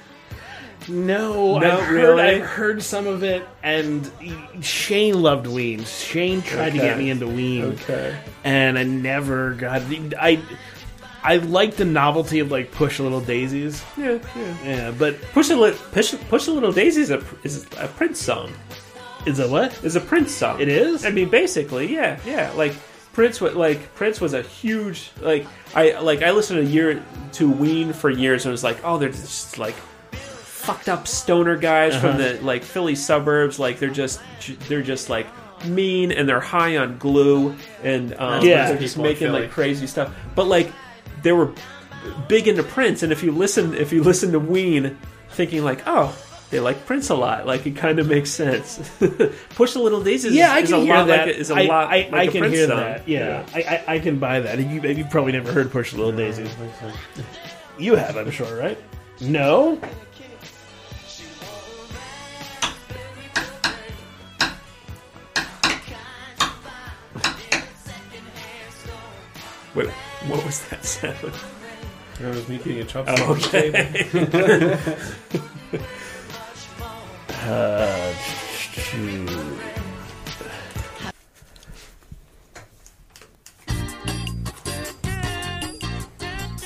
No, Not I've, heard, really. I've heard some of it, and Shane loved Ween. Shane tried to get Okay. me into Ween, Okay. and I never got. I I like the novelty of like push little daisies, Yeah, yeah. yeah, but Push a little push push a little daisy is a is a Prince song. is it what? Is a Prince song. It is? I mean, basically, yeah, yeah. Like Prince was like Prince was a huge like I like I listened to year to Ween for years and was like, oh, they're just like fucked up stoner guys from Uh-huh. the like Philly suburbs. Like they're just they're just like mean and they're high on glue and um, Yeah. they're just People in making Philly. like crazy stuff. But like they were big into Prince, and if you listen if you listen to Ween, thinking like, oh. They like Prince a lot. Like it kind of makes sense. *laughs* Push the Little Daisies yeah, I is can a hear lot that. Like a, is a I- lot. I, like I a can Prince hear song. that. Yeah, I, I, I can buy that. You, you've probably never heard "Push the Little Daisies." You have, I'm sure, right? No. Wait, what was that sound? That was me getting a chopstick. Oh, okay. Uh, shoot.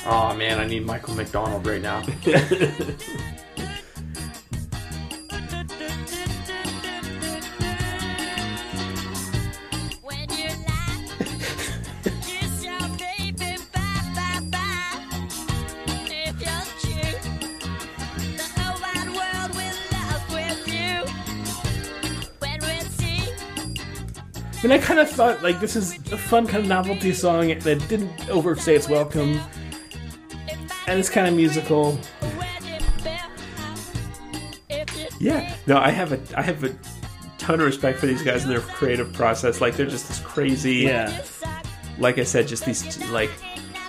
Oh man, I need Michael McDonald right *laughs* now. When you laugh, kiss your baby bye bye bye. mean, I kind of thought like this is a fun kind of novelty song that didn't overstay its welcome, and it's kind of musical. *laughs* Yeah. No, I have a I have a ton of respect for these guys and their creative process. Like they're just this crazy. Yeah, Like I said, just these like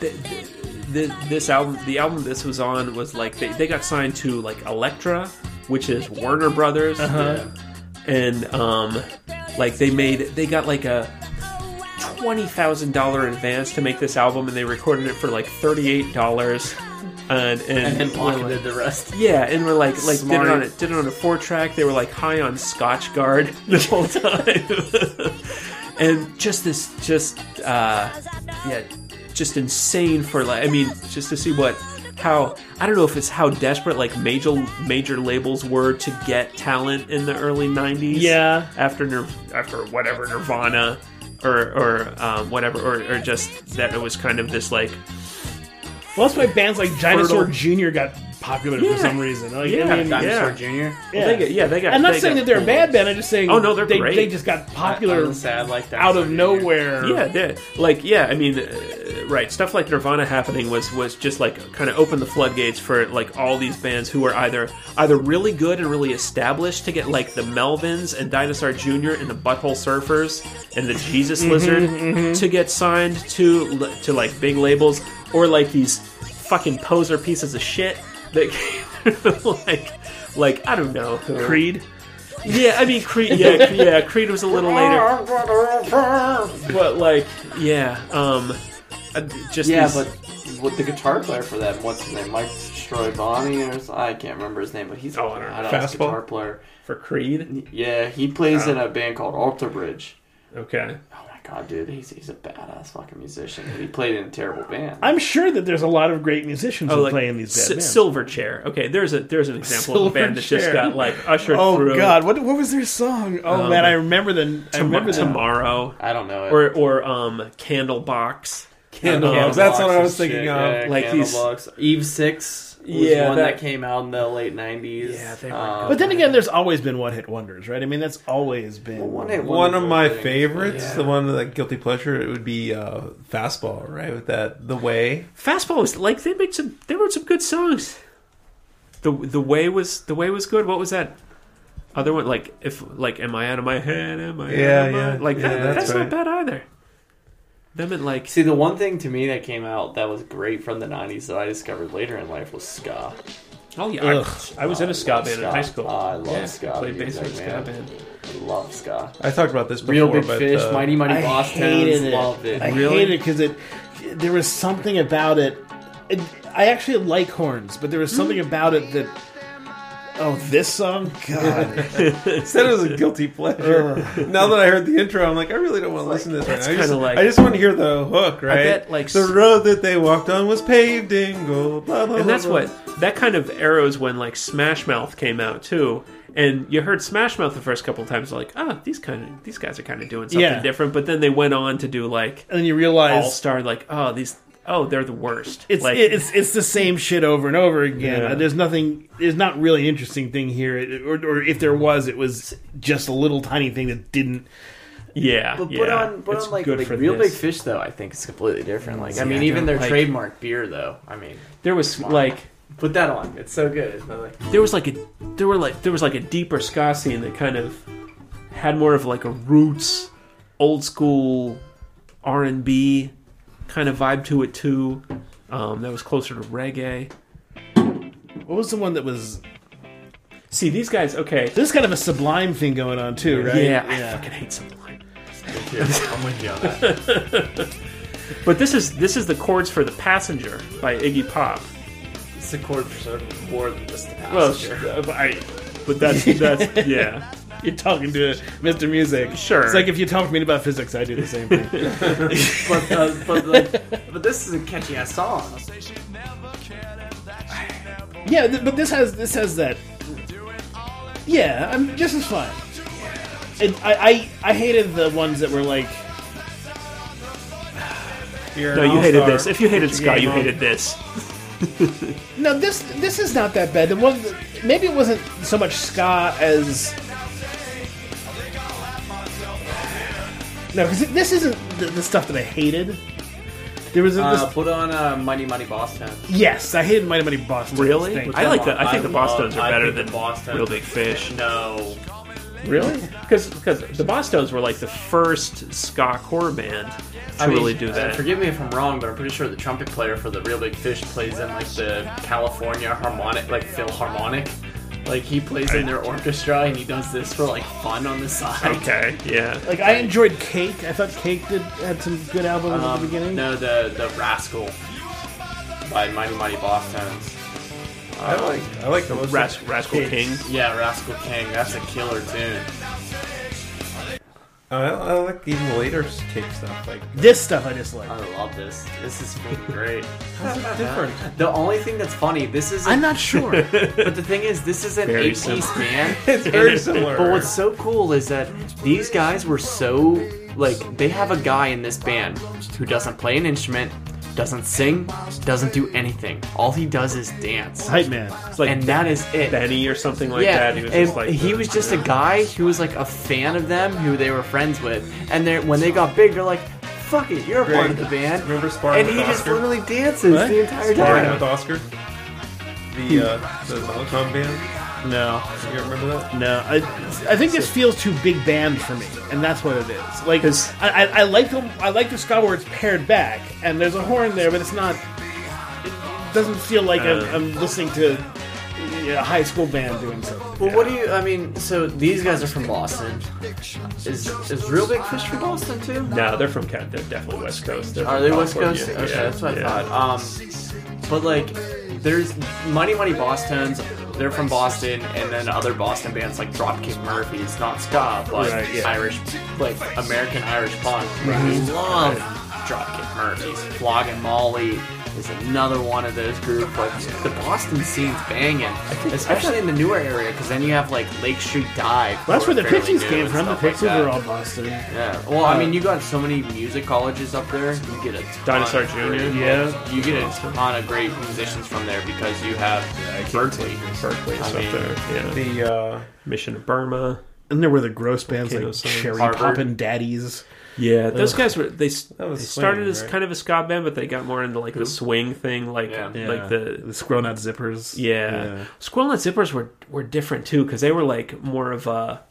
th th th this album. The album this was on was like they, they got signed to like Elektra, which is Warner Brothers, and um, like they made they got like a. Twenty thousand dollar advance to make this album, and they recorded it for like thirty eight dollars, and and, and pocketed the rest. Yeah, and we're like like did Smart. it on a did it on a four track. They were like high on Scotch Guard *laughs* this whole time, *laughs* and just this just uh, yeah, just insane for like I mean just to see what how I don't know if it's how desperate like major major labels were to get talent in the early '90s. Yeah. after Nir- after whatever Nirvana. Or, or um, whatever, or, or just that it was kind of this like well, that's why bands like Dinosaur Fertile. Jr. got popular Yeah. for some reason. Like, Yeah. I mean, Dinosaur Dinosaur Yeah. Junior. yeah. they get- yeah, they got- I'm not they saying got that they're a bad band. I'm just saying. Oh, no, they're they, great. They just got popular I'm sad like that. out of nowhere. yeah, yeah. like yeah, I mean, uh, right, stuff like Nirvana happening was was just like kind of opened the floodgates for like all these bands who were either either really good and really established to get like the Melvins and Dinosaur Jr. and the Butthole Surfers and the Jesus Lizard to get signed to l- to like big labels or like these fucking poser pieces of shit that *laughs* like like I don't know who. Creed. Yeah, I mean Creed. Yeah, yeah, Creed was a *laughs* Oh, little later, but like, yeah, um, uh, just Yeah, these- but with the guitar player for that, what's his name? Mike Stroibani or s- I can't remember his name, but he's Oh, I a don't know. badass Fastball? Oh. guitar player. for Oh, Creed, Yeah, he plays in a band called Alter Bridge. okay, Oh my god, dude, he's he's a badass fucking musician. He played in a terrible band. I'm sure that there's a lot of great musicians who play in these bad S- bands. Silverchair. Okay, there's a there's an example of a band that just Silverchair. got like ushered Oh through. God! What what was their song? Oh man, I remember the. I Tom- remember the. tomorrow I don't know. It. or or um Candlebox. Candlebox. That's what I was thinking of. like like these- these Eve Six was Yeah, one that, that- came out in the late nineties. Yeah, they were um, But then again, there's always been one hit wonders, right? I mean, that's always been. one, hit One of wonder my things. favorites, Yeah. the one that guilty pleasure, it would be uh, fastball, right? With that, the way. Fastball was like they made some they wrote some good songs. The the way was the way was good. What was that other one? Like if like am I out of my head? Am I Yeah, out of my yeah. like Yeah, that, that's, that's not right. bad either. Them and like See, the one thing to me that came out that was great from the '90s that I discovered later in life was ska. oh yeah, I- Ugh. I, was in a ska love band in high ska. school. I love yeah, ska Played bass in a music, ska man. band. I love ska. I talked about this before. Real Big but, Fish, uh, *laughs* Mighty Mighty I Boss hated Tones, it. loved it. I Really? hated it because it. There was something about it. it- I actually like horns, but there was something about it that. Oh, this song, *laughs* God! Said it was a guilty pleasure. now that I heard the intro, I'm like, I really don't want to listen to this right that's now. I just, kinda Uh. like- I just want to hear the hook, right? bet, like, the road that they walked on was paved in gold. Blah, blah, and blah, that's blah. what that kind of arrows when like Smash Mouth came out too. And you heard Smash Mouth the first couple times, like, ah, these kind of these guys are kind of doing something Yeah. different. But then they went on to do like and then you all realize star, like, oh, these, oh, they're the worst. it's like, it's it's the same shit over and over again. Yeah. There's nothing. There's not really an interesting thing here, It- or, or if there was, it was just a little tiny thing that didn't. yeah, But yeah. put on, put it's on like, good like for Real this. Big Fish though. I think it's completely different. Like, I Yeah, mean, I even don't their like- trademark beer though. I mean, There was like put that on. It's so good. It's not like- there was like a there were like there was like a deeper ska scene that kind of had more of like a roots, old school R and B kind of vibe to it too. Um, that was closer to reggae. What was the one that was? See these guys, okay. There's kind of a sublime thing going on too, right? Yeah, I fucking hate Sublime. I'm with you on that. *laughs* But this is this is the chords for the Passenger by Iggy Pop. It's a chord for so more than just the Well, passenger. uh, but I, but *laughs* that's that's yeah. You're talking to Mr. Music. Sure. It's like if you talk to me about physics, I do the same *laughs* thing. but, uh, but, like, but this is a catchy ass song. yeah, th- but this has this has that. Yeah, I'm just as fine. And I, I I hated the ones that were like You're No, an you hated all-star. this. If you hated ska, game you on. hated this. no this this is not that bad. The one maybe it wasn't so much ska as No, because this isn't the, the stuff that I hated. There was a, this, Uh, put on uh, Mighty Mighty Boss Town. yes, I hated Mighty Mighty Boston. Really? Thank I you. like the. I think the Boston's I are better think the than Boston- Real Big Fish. No. really. Because the Boston's were like the first ska core band to I mean, really do uh, that. forgive me if I'm wrong, but I'm pretty sure the trumpet player for the Real Big Fish plays in like the California harmonic, like Philharmonic. Like he plays in their orchestra and he does this for like fun on the side. okay, yeah. Like I enjoyed Cake. I thought Cake did had some good albums at the beginning. Um, No, the the Rascal by Mighty Mighty Boss Tones. I like I like the most. Ras- Rascal King. Yeah, Rascal King. That's a killer tune. I, I like even the later cake stuff. Like This stuff I dislike. I love this. This is fucking great. how's *laughs* it different? *laughs* The only thing that's funny, this is. I'm not sure. *laughs* But the thing is, this is an Very eight-piece similar. *laughs* band. It's very similar. But what's so cool is that these guys were so like they have a guy in this band who doesn't play an instrument, doesn't sing, doesn't do anything. All he does is dance, Hype man. It's like and that is it. Benny or something like yeah, that. He was and just like he the- was just a guy who was like a fan of them, who they were friends with, and they when they got big, they're like, "Fuck it, you're a part Greg, of the band." remember sparring and he with just Oscar? literally dances What? *laughs* the entire Sparring time. with Oscar, the uh, the Molotov band. No, You remember that? no. I, I think this feels too big band for me, and that's what it is. Like, I, I, I like the I like the ska where it's paired back, and there's a horn there, but it's not. It doesn't feel like Uh. I'm, I'm listening to a high school band doing something. Well, what do you? I mean, so these guys are from Boston. Is is Real Big Fish from Boston too? No, they're from Cal- they're definitely West Coast. They're Are from they West California. Coast? Okay, Yeah, that's what yeah. I thought. Um, but like, there's Mighty Mighty Boston's. They're from Boston, and then other Boston bands like Dropkick Murphys, not ska, but Right, yeah. Mm-hmm. Irish, like American Irish punk. I love Dropkick Murphys. Flog and Molly is another one of those groups. Like the Boston scene's banging, especially in the newer area, because then you have like Lake Street Dive. Well, that's where the Fairly Pixies New came and from. The stuff like Pixies that. were all Boston. Yeah. Uh, Well, I mean, you got so many music colleges up there. You get a ton Dinosaur of Jr. great- Yeah. You get a ton of great musicians from there because you have Berkeley. Berkeley's I up mean, there. Yeah. The uh, Mission of Burma. And there were the gross bands Volcano like Sons. Cherry Harvard. Poppin' Daddies. Yeah, those guys were they, s- That was they started swinging, as right? kind of a ska band, but they got more into like the swing thing, like Yeah. like the the Squirrel Nut Zippers. yeah. Squirrel Nut Zippers were were different too because they were like more of a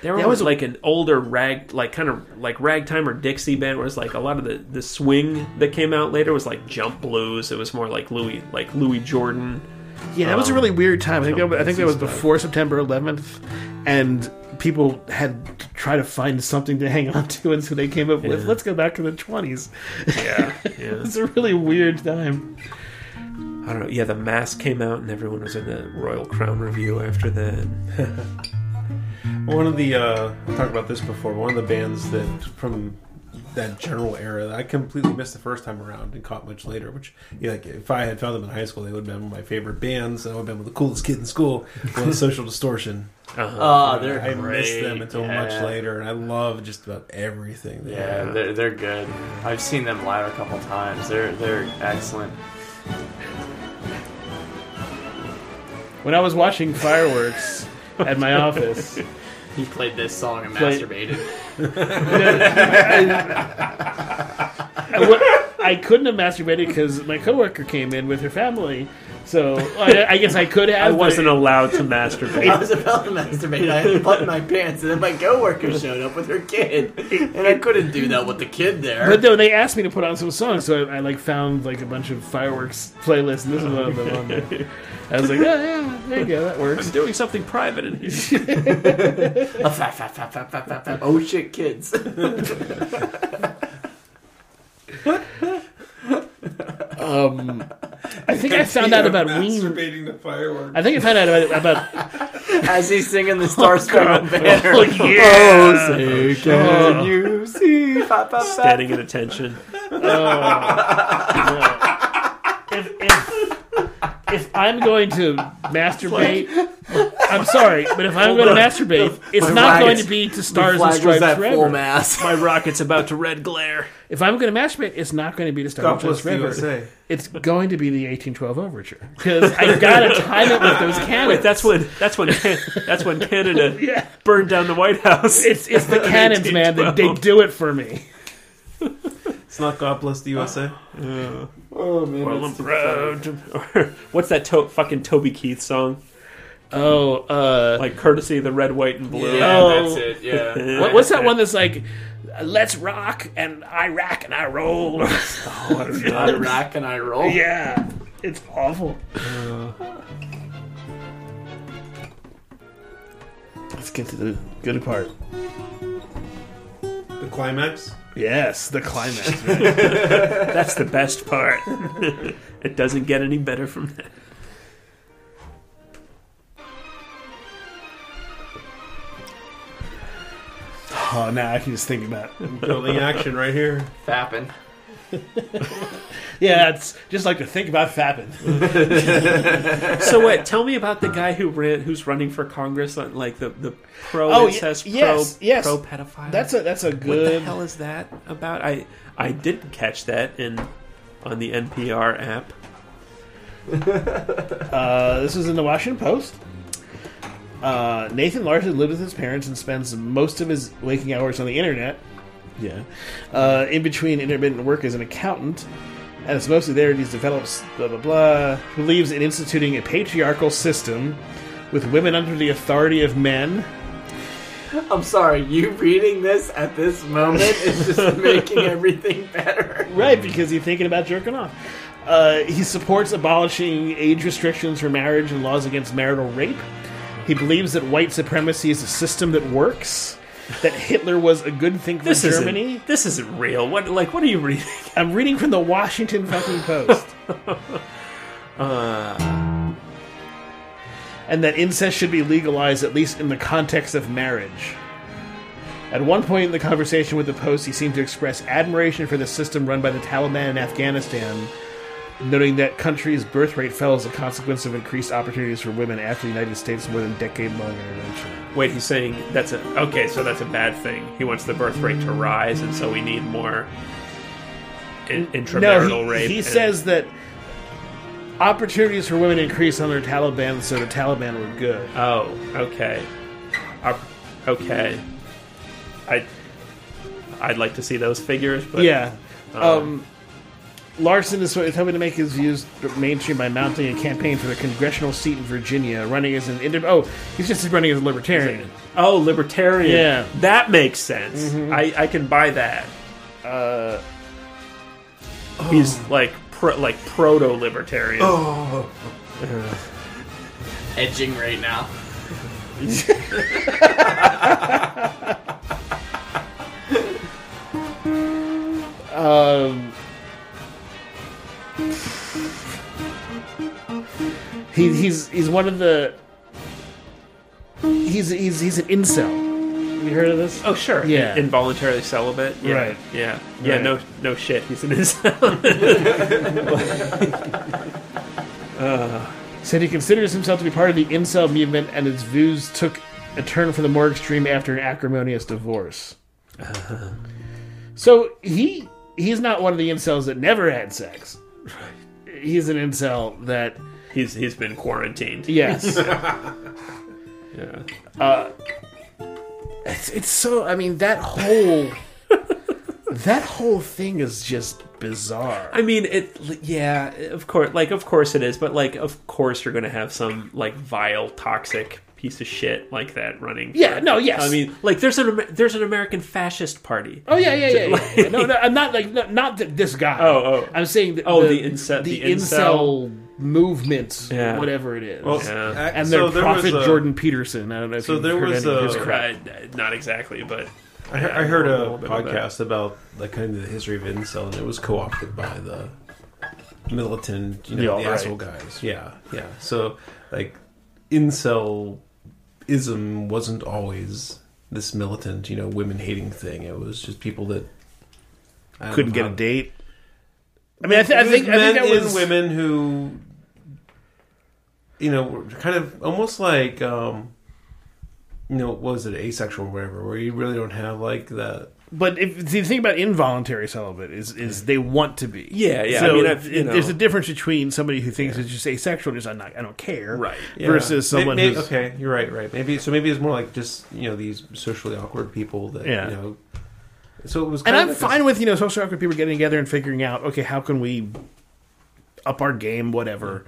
they were Yeah, it was a- like an older rag like kind of like ragtime or Dixie band, whereas like a lot of the the swing that came out later was like jump blues. It was more like Louis like Louis Jordan. Yeah, that was a really Um, weird time. I think that, I think that was before September 11th, and people had to try to find something to hang on to, and so they came up with let's go back to the *laughs* 20s. Yeah, *laughs* yeah. It's a really weird time. I don't know. Yeah, the mask came out and everyone was in the Royal Crown review after that. one of the uh, I talked about this before. One of the bands that from that general era that I completely missed the first time around and caught much later. Which you know, like if I had found them in high school, they would have been one of my favorite bands. and I would have been one of the coolest kid in school. Was Social Distortion. Oh, they're I great. missed them until much Yeah. later, and I love just about everything. They Yeah, they're, they're good. I've seen them live a couple times. They're they're excellent. When I was watching *laughs* fireworks at my office, He played this song and Play- masturbated. *laughs* I, wa- I couldn't have masturbated because my coworker came in with her family. So I, I guess I could *laughs* I have. but- wasn't allowed to *laughs* masturbate. I was about to masturbate. I had to button my pants, and then my coworker showed up with her kid, and I couldn't do that with the kid there. But no, they asked me to put on some songs, so I, I like found like a bunch of fireworks playlists, and this is one of them on *laughs* there. I was like, oh, yeah, there you go, that works. doing something private in here. A fat, fat, fat, fat, fat, fat, fat. Oh shit, kids. Um, I think I found out about Ween. masturbating to fireworks. I think I found out about about As he's *laughs* singing the Star Spangled Banner. oh, yeah. say can you see? Ba, ba, ba. Standing at attention. if, if, if I'm going to masturbate, I'm sorry, but if I'm going to masturbate, it's my not flag going is- to be to The stars and flag was stripes that full forever. mass. My rocket's about to red glare. If I'm going to masturbate, it's not going to be to God stars and bless stripes the forever. USA. It's going to be the 1812 overture because I got to time it *laughs* with those cannons. Wait, that's when that's when Can- that's when *laughs* Canada Yeah. burned down the White House. it's *laughs* it's the cannons, man. They, they 1812. do it for me. It's not God bless the USA. Oh man, Well, I'm proud. to- *laughs* What's that to- fucking Toby Keith song? Oh, uh, Like courtesy of the red, white, and blue. yeah, Oh. that's it. *laughs* Yeah, what, what's that one that's like, "Let's rock and I rack and I roll." *laughs* I rack and I roll. yeah, it's awful. Let's get to the good part. The climax. Yes, the climax. That's the best part. *laughs* it doesn't get any better from that. oh, now I can just think about. It. Building action right here. Fapping. Yeah, it's just like to think about fapping. So wait, tell me about the guy who ran, who's running for Congress on like the the pro Oh, ye- incest, yes, pro yes. pro pedophile. That's a that's a what the good. uh, hell is that about? I I did catch that in on the NPR app. Uh, this is in the Washington Post. Uh, Nathan Larson lives with his parents and spends most of his waking hours on the internet. Yeah. Uh, in between intermittent work as an accountant, and it's mostly there. He's develops blah blah blah. Believes in instituting a patriarchal system with women under the authority of men. I'm sorry, you reading this at this moment *laughs* is just making everything better. Right, because he's thinking about jerking off. Uh, he supports abolishing age restrictions for marriage and laws against marital rape. He believes that white supremacy is a system that works. That Hitler was a good thing for This Germany. isn't this isn't real. What like what are you reading? *laughs* I'm reading from the Washington fucking Post. Uh. And that incest should be legalized, at least in the context of marriage. At one point in the conversation with the Post, he seemed to express admiration for the system run by the Taliban in Afghanistan, noting that country's birth rate fell as a consequence of increased opportunities for women after the United States' more than decade long intervention. Wait, he's saying that's a okay. So that's a bad thing. He wants the birth rate to rise, and so we need more in, intramarital no, he, rape. he and- says that opportunities for women increased under Taliban, so the Taliban were good. "Oh, okay, Op- okay." I I'd like to see those figures, but yeah. Um, Larson is sort of hoping to make his views mainstream by mounting a campaign for the congressional seat in Virginia, running as an indep- oh, he's just running as a libertarian. Oh, libertarian. Yeah. Mm-hmm. that makes sense. I I can buy that. Uh, he's Oh. like pro, like proto libertarian. Edging right now. Um, he, he's he's one of the he's he's he's an incel. Have you heard of this? Oh sure, Yeah. involuntarily celibate. Yeah. Right. Yeah. Yeah. Right. No. No shit. He's an incel. said he considers himself to be part of the incel movement and his views took a turn for the more extreme after an acrimonious divorce. so he he's not one of the incels that never had sex. He's an incel that *laughs* he's he's been quarantined. yes. Uh, Yeah. it's, it's so I mean that whole that whole thing is just bizarre. I mean, it. Yeah, of course. Like, of course it is. But like, of course you're gonna have some like vile, toxic piece of shit like that running. Yeah, no, yes. I mean, like, there's an Amer- there's an American fascist party. Oh yeah, yeah, yeah. yeah, yeah. No, no, I'm not like no, not that this guy. Oh, oh. I'm saying that Oh, the incel- the, the incel, incel. movement, Yeah. whatever it is. Well, Yeah. ac- and so their there was prophet a- Jordan Peterson. I don't know if So you've there heard was any of his a- crap. Uh, not exactly, but I, he- I heard a a little bit of that. podcast about like kind of the history of incel, and it was co-opted by the militant, you know, Yeah, the right. asshole guys. Yeah, yeah. So like, incelism wasn't always this militant, you know, women hating thing. It was just people that I don't know how- date. I mean, I, th- I It think I men think that and was women who you know, we're kind of almost like, um, you know, what was it asexual or whatever, where you really don't have like that. But if the thing about involuntary celibate is is they want to be. Yeah, yeah. I So mean, I've- it- you know. there's a difference between somebody who thinks it's just asexual, just I'm not, I don't care, Right. Yeah. Versus May- someone may- who's okay, you're right, right. Maybe so. Maybe it's more like just you know these socially awkward people that Yeah. you know. So it was, kind and of I'm like a- fine with you know social awkward people getting together and figuring out okay how can we up our game whatever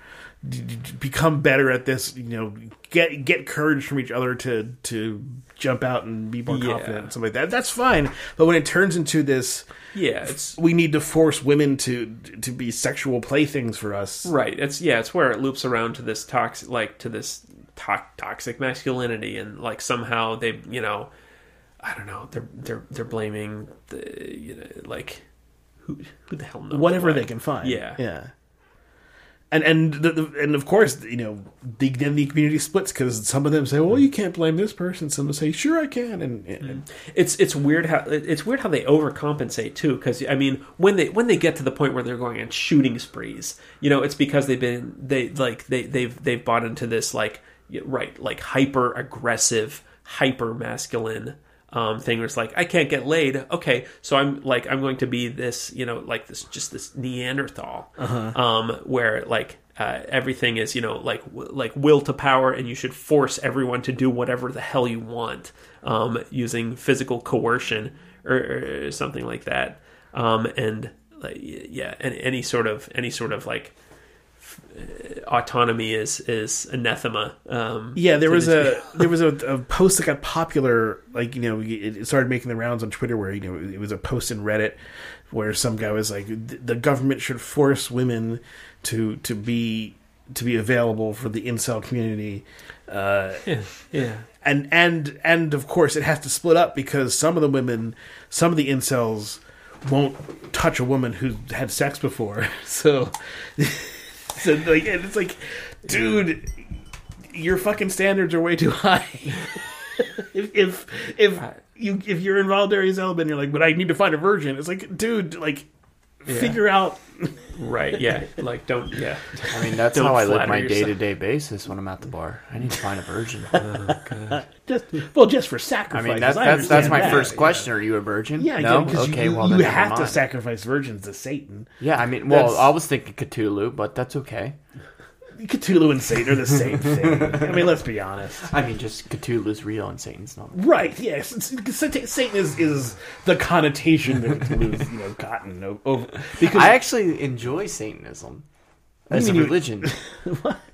d- d- d- become better at this you know get get courage from each other to to jump out and be more Yeah. confident and stuff like that that's fine but when it turns into this yeah, it's we need to force women to to be sexual playthings for us right. It's yeah, it's where it loops around to this toxic, like to this to- toxic masculinity, and like somehow they, you know, I don't know, they're they're they're blaming the, you know, like who who the hell knows whatever what? they can find Yeah. yeah and and the, the, and of course you know the, then the community splits because some of them say well you can't blame this person some say sure I can and, and It's it's weird how it's weird how they overcompensate too. Because I mean, when they when they get to the point where they're going on shooting sprees, you know, it's because they've been they like they they've they've bought into this like y- right like hyper aggressive, hyper masculine. Um, thing where it's like I can't get laid. Okay, so I'm like I'm going to be this, you know, like this just this Neanderthal, um, where like uh, everything is you know like w- like will to power and you should force everyone to do whatever the hell you want um, using physical coercion or, or something like that um, and like, yeah and any sort of any sort of like f- uh, autonomy is is anathema um, Yeah, there to was this- a there was a, a post that got popular. Like you know, it it started making the rounds on Twitter where you know it was a post in Reddit where some guy was like, "The the government should force women to to be to be available for the incel community," uh, yeah and and and of course it has to split up because some of the women, some of the incels won't touch a woman who had sex before. *laughs* So, so like, and it's like, dude, your fucking standards are way too *laughs* high. if if if Uh, you if you're involuntary celibate, and you're like, but I need to find a virgin. It's like, dude, like, figure out. *laughs* right yeah like don't yeah I mean, that's Don't how I live flatter my yourself. day to day basis when I'm at the bar. I need to find a *laughs* virgin. Just, well, just for I sacrifice. mean, that's that's, that's understand my that. first question. Are you a virgin? Yeah, no. because okay, you, well you then never have to mind. sacrifice virgins to Satan. Yeah, I mean, well, That's- I was thinking Cthulhu, but that's okay. Cthulhu and Satan are the same thing. I mean, let's be honest. I mean, just Cthulhu's real and Satan's not. Right? Yes. It's- it's- Satan Satan is is the connotation that Cthulhu's you know gotten o- over *laughs* because I actually enjoy Satanism as a mean you- religion.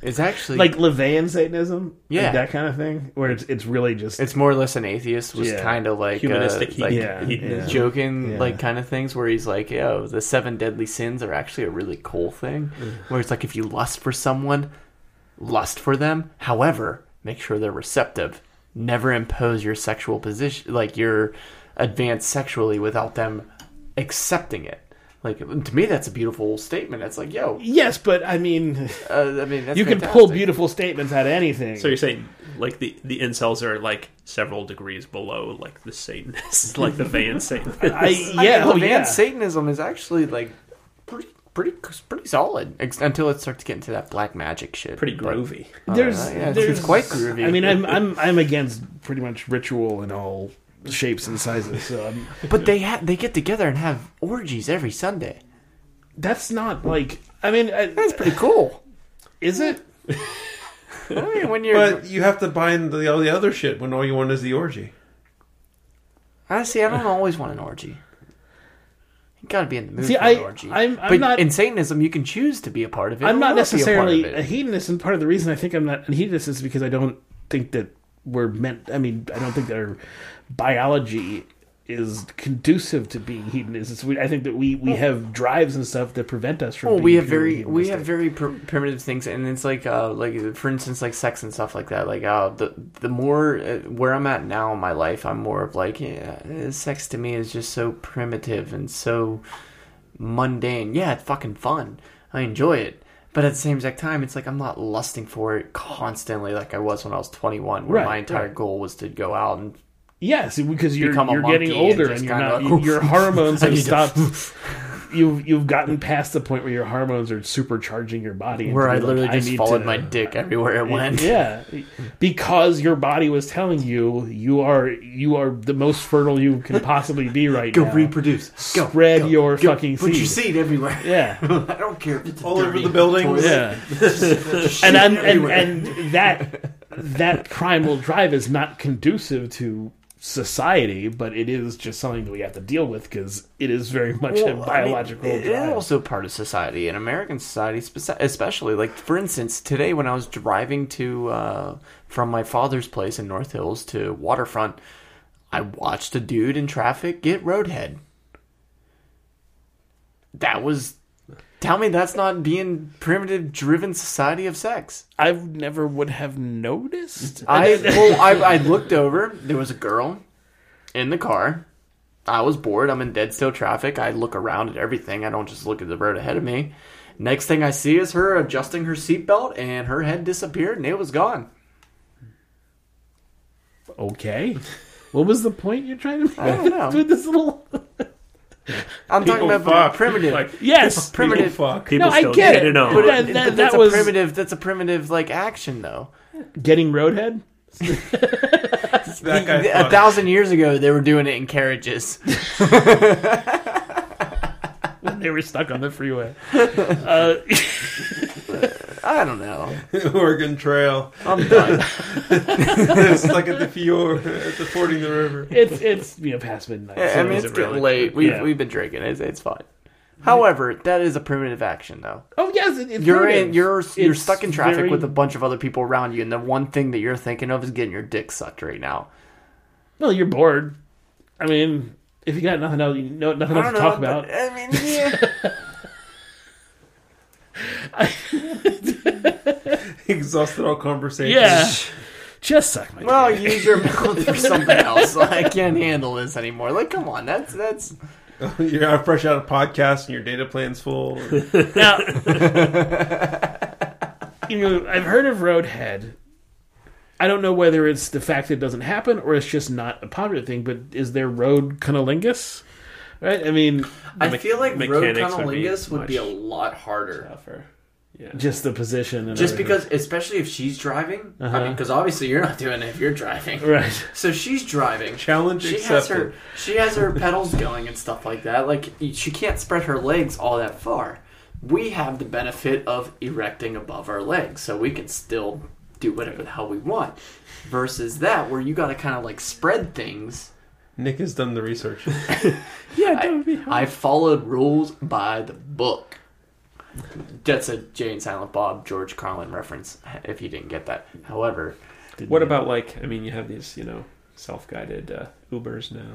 It's *laughs* actually like Levian Satanism, Yeah. like that kind of thing, where it's it's really just it's more or less an atheist was Yeah. kind of like Humanistic uh, like Yeah, yeah. joking Yeah. like kind of things where he's like, "Yo, the seven deadly sins are actually a really cool thing." Where it's like if you lust for someone, lust for them. However, make sure they're receptive. Never impose your sexual position, like your advance sexually, without them accepting it. Like to me, that's a beautiful statement. That's like, yo, yes, but I mean, uh, I mean, that's you can fantastic. pull beautiful statements out of anything. so you're saying like the the incels are like several degrees below like the satanists *laughs* like the van satanists I yeah, well, oh, yeah. Satanism is actually like pretty, pretty, pretty solid ex- until it starts to get into that black magic shit. pretty But- groovy I don't There's- know, yeah, it's, there's- it's quite groovy. I mean, I'm I'm I'm against pretty much ritual in all shapes and sizes. So I'm, but they ha- they get together and have orgies every Sunday. that's not like I mean, That's I, pretty cool. is it? *laughs* I mean, when you're But you have to buy into the, all the other shit when all you want is the orgy. honestly, I don't always want an orgy. You gotta be in the mood See, for an I- orgy. I'm- I'm but not- in Satanism, you can choose to be a part of it. or I'm not be a part of necessarily it. a, hedonist, and part of the reason I think I'm not a hedonist is because I don't think that we're meant. I mean, I don't think that our biology is conducive to being hedonist. It's- we- I think that we we have drives and stuff that prevent us from. Well, being we have purely very we hedonistic. have very pr- primitive things, and it's like uh like for instance like sex and stuff like that. Like uh the the more uh, where I'm at now in my life, I'm more of like yeah, eh, sex to me is just so primitive and so mundane. Yeah, it's fucking fun. I enjoy it. But at the same exact time, it's like I'm not lusting for it constantly like I was when I was 21, where Right, my entire right. goal was to go out and yes because you're become a you're getting monkey and older just *laughs* and you're kinda not like, *laughs* your hormones have stopped. you've you've gotten past the point where your hormones are supercharging your body. and Where to I be like, literally just need followed to- *laughs* my dick everywhere it went. Yeah, because your body was telling you you are you are the most fertile you can possibly *laughs* be right *laughs* Go now. reproduce. Go. Spread go, your go. fucking Put your seed. seed everywhere. yeah, I don't care if it's All over the building. *laughs* yeah. and I'm, and and that *laughs* that primal drive is not conducive to society, but it is just something that we have to deal with because it is very much a biological I mean, it- drive. it's also part of society and american society speci- especially like for instance today when i was driving to uh, from my father's place in north hills to waterfront i watched a dude in traffic get roadhead that was tell me that's not being primitive driven society of sex I never would have noticed. I well, I, I looked over. There was a girl in the car. I was bored. I'm in dead still traffic. I look around at everything. I don't just look at the road ahead of me. Next thing I see is her adjusting her seatbelt, and her head disappeared, and it was gone. Okay. What was the point you're trying to make I don't know. *laughs* with this little? I'm talking about fuck. primitive. Like, Yes, primitive. People fuck. People No, I still get get it, it on. but But That- it- that- but that's that a was- primitive. That's a primitive like action, though. getting roadhead. That guy A fucked. thousand years ago, they were doing it in carriages. They were stuck on the *laughs* freeway. Uh, I don't know. *laughs* Oregon Trail. I'm done. stuck at the fjord, at the fording the river. *laughs* It's it's you know past midnight. so I mean, is it's it getting really? late. We've Yeah. we've been drinking. It's it's fine. However, that is a primitive action, though. Oh yes, it, it's You're in, primitive. you're you're It's stuck in traffic very- with a bunch of other people around you, and the one thing that you're thinking of is getting your dick sucked right now. Well, you're bored. I mean, if you got nothing else, you know, nothing else to talk about. but- I mean, *laughs* yeah. Exhausted all conversation. Yeah, just suck my. well, use your mouth for *laughs* something else. I can't handle this anymore. Like, come on, that's that's You're out fresh out of podcast and your data plan's full. *laughs* dick. Now, you know, I've heard of Roadhead. I don't know whether it's the fact that it doesn't happen or it's just not a popular thing. But is there road cunnilingus? Right. I mean, I feel like road mechanics would be cunnilingus would be much a lot harder. just the position. And Just everything. because, especially if she's driving. I mean, because obviously you're not doing it if you're driving. Right. So she's driving. Challenge she accepted. has her she has her pedals going and stuff like that. Like she can't spread her legs all that far. We have the benefit of erecting above our legs, so we can still do whatever the hell we want. Versus that, where you got to kind of like spread things. Nick has done the research. Yeah, that would be I, I followed rules by the book. That's a Jay and Silent Bob George Carlin reference. If you didn't get that, however, What about like? I mean, you have these, you know, self-guided uh, Ubers now.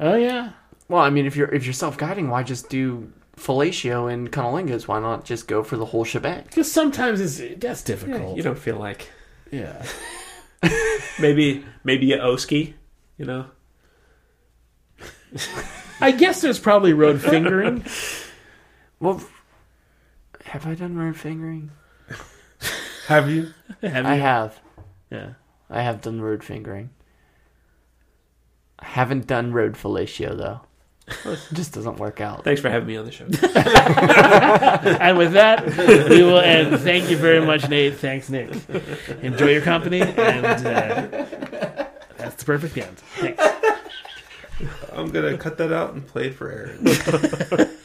Oh yeah. Well, I mean, if you're if you're self guiding, why just do fellatio and cunnilingus? Why not just go for the whole shebang? Because sometimes it's that's difficult. You don't feel like yeah. maybe maybe a Oski, you know. I guess there's probably road fingering. Well, have I done road fingering? Have you? I have. yeah. I have done road fingering. I haven't done road fellatio though. It just doesn't work out. Thanks for having me on the show. *laughs* And with that, we will end. Thank you very much, Nate. Thanks, Nick. Enjoy your company, and uh, that's the perfect end. Thanks. I'm gonna cut that out and play it for Aaron.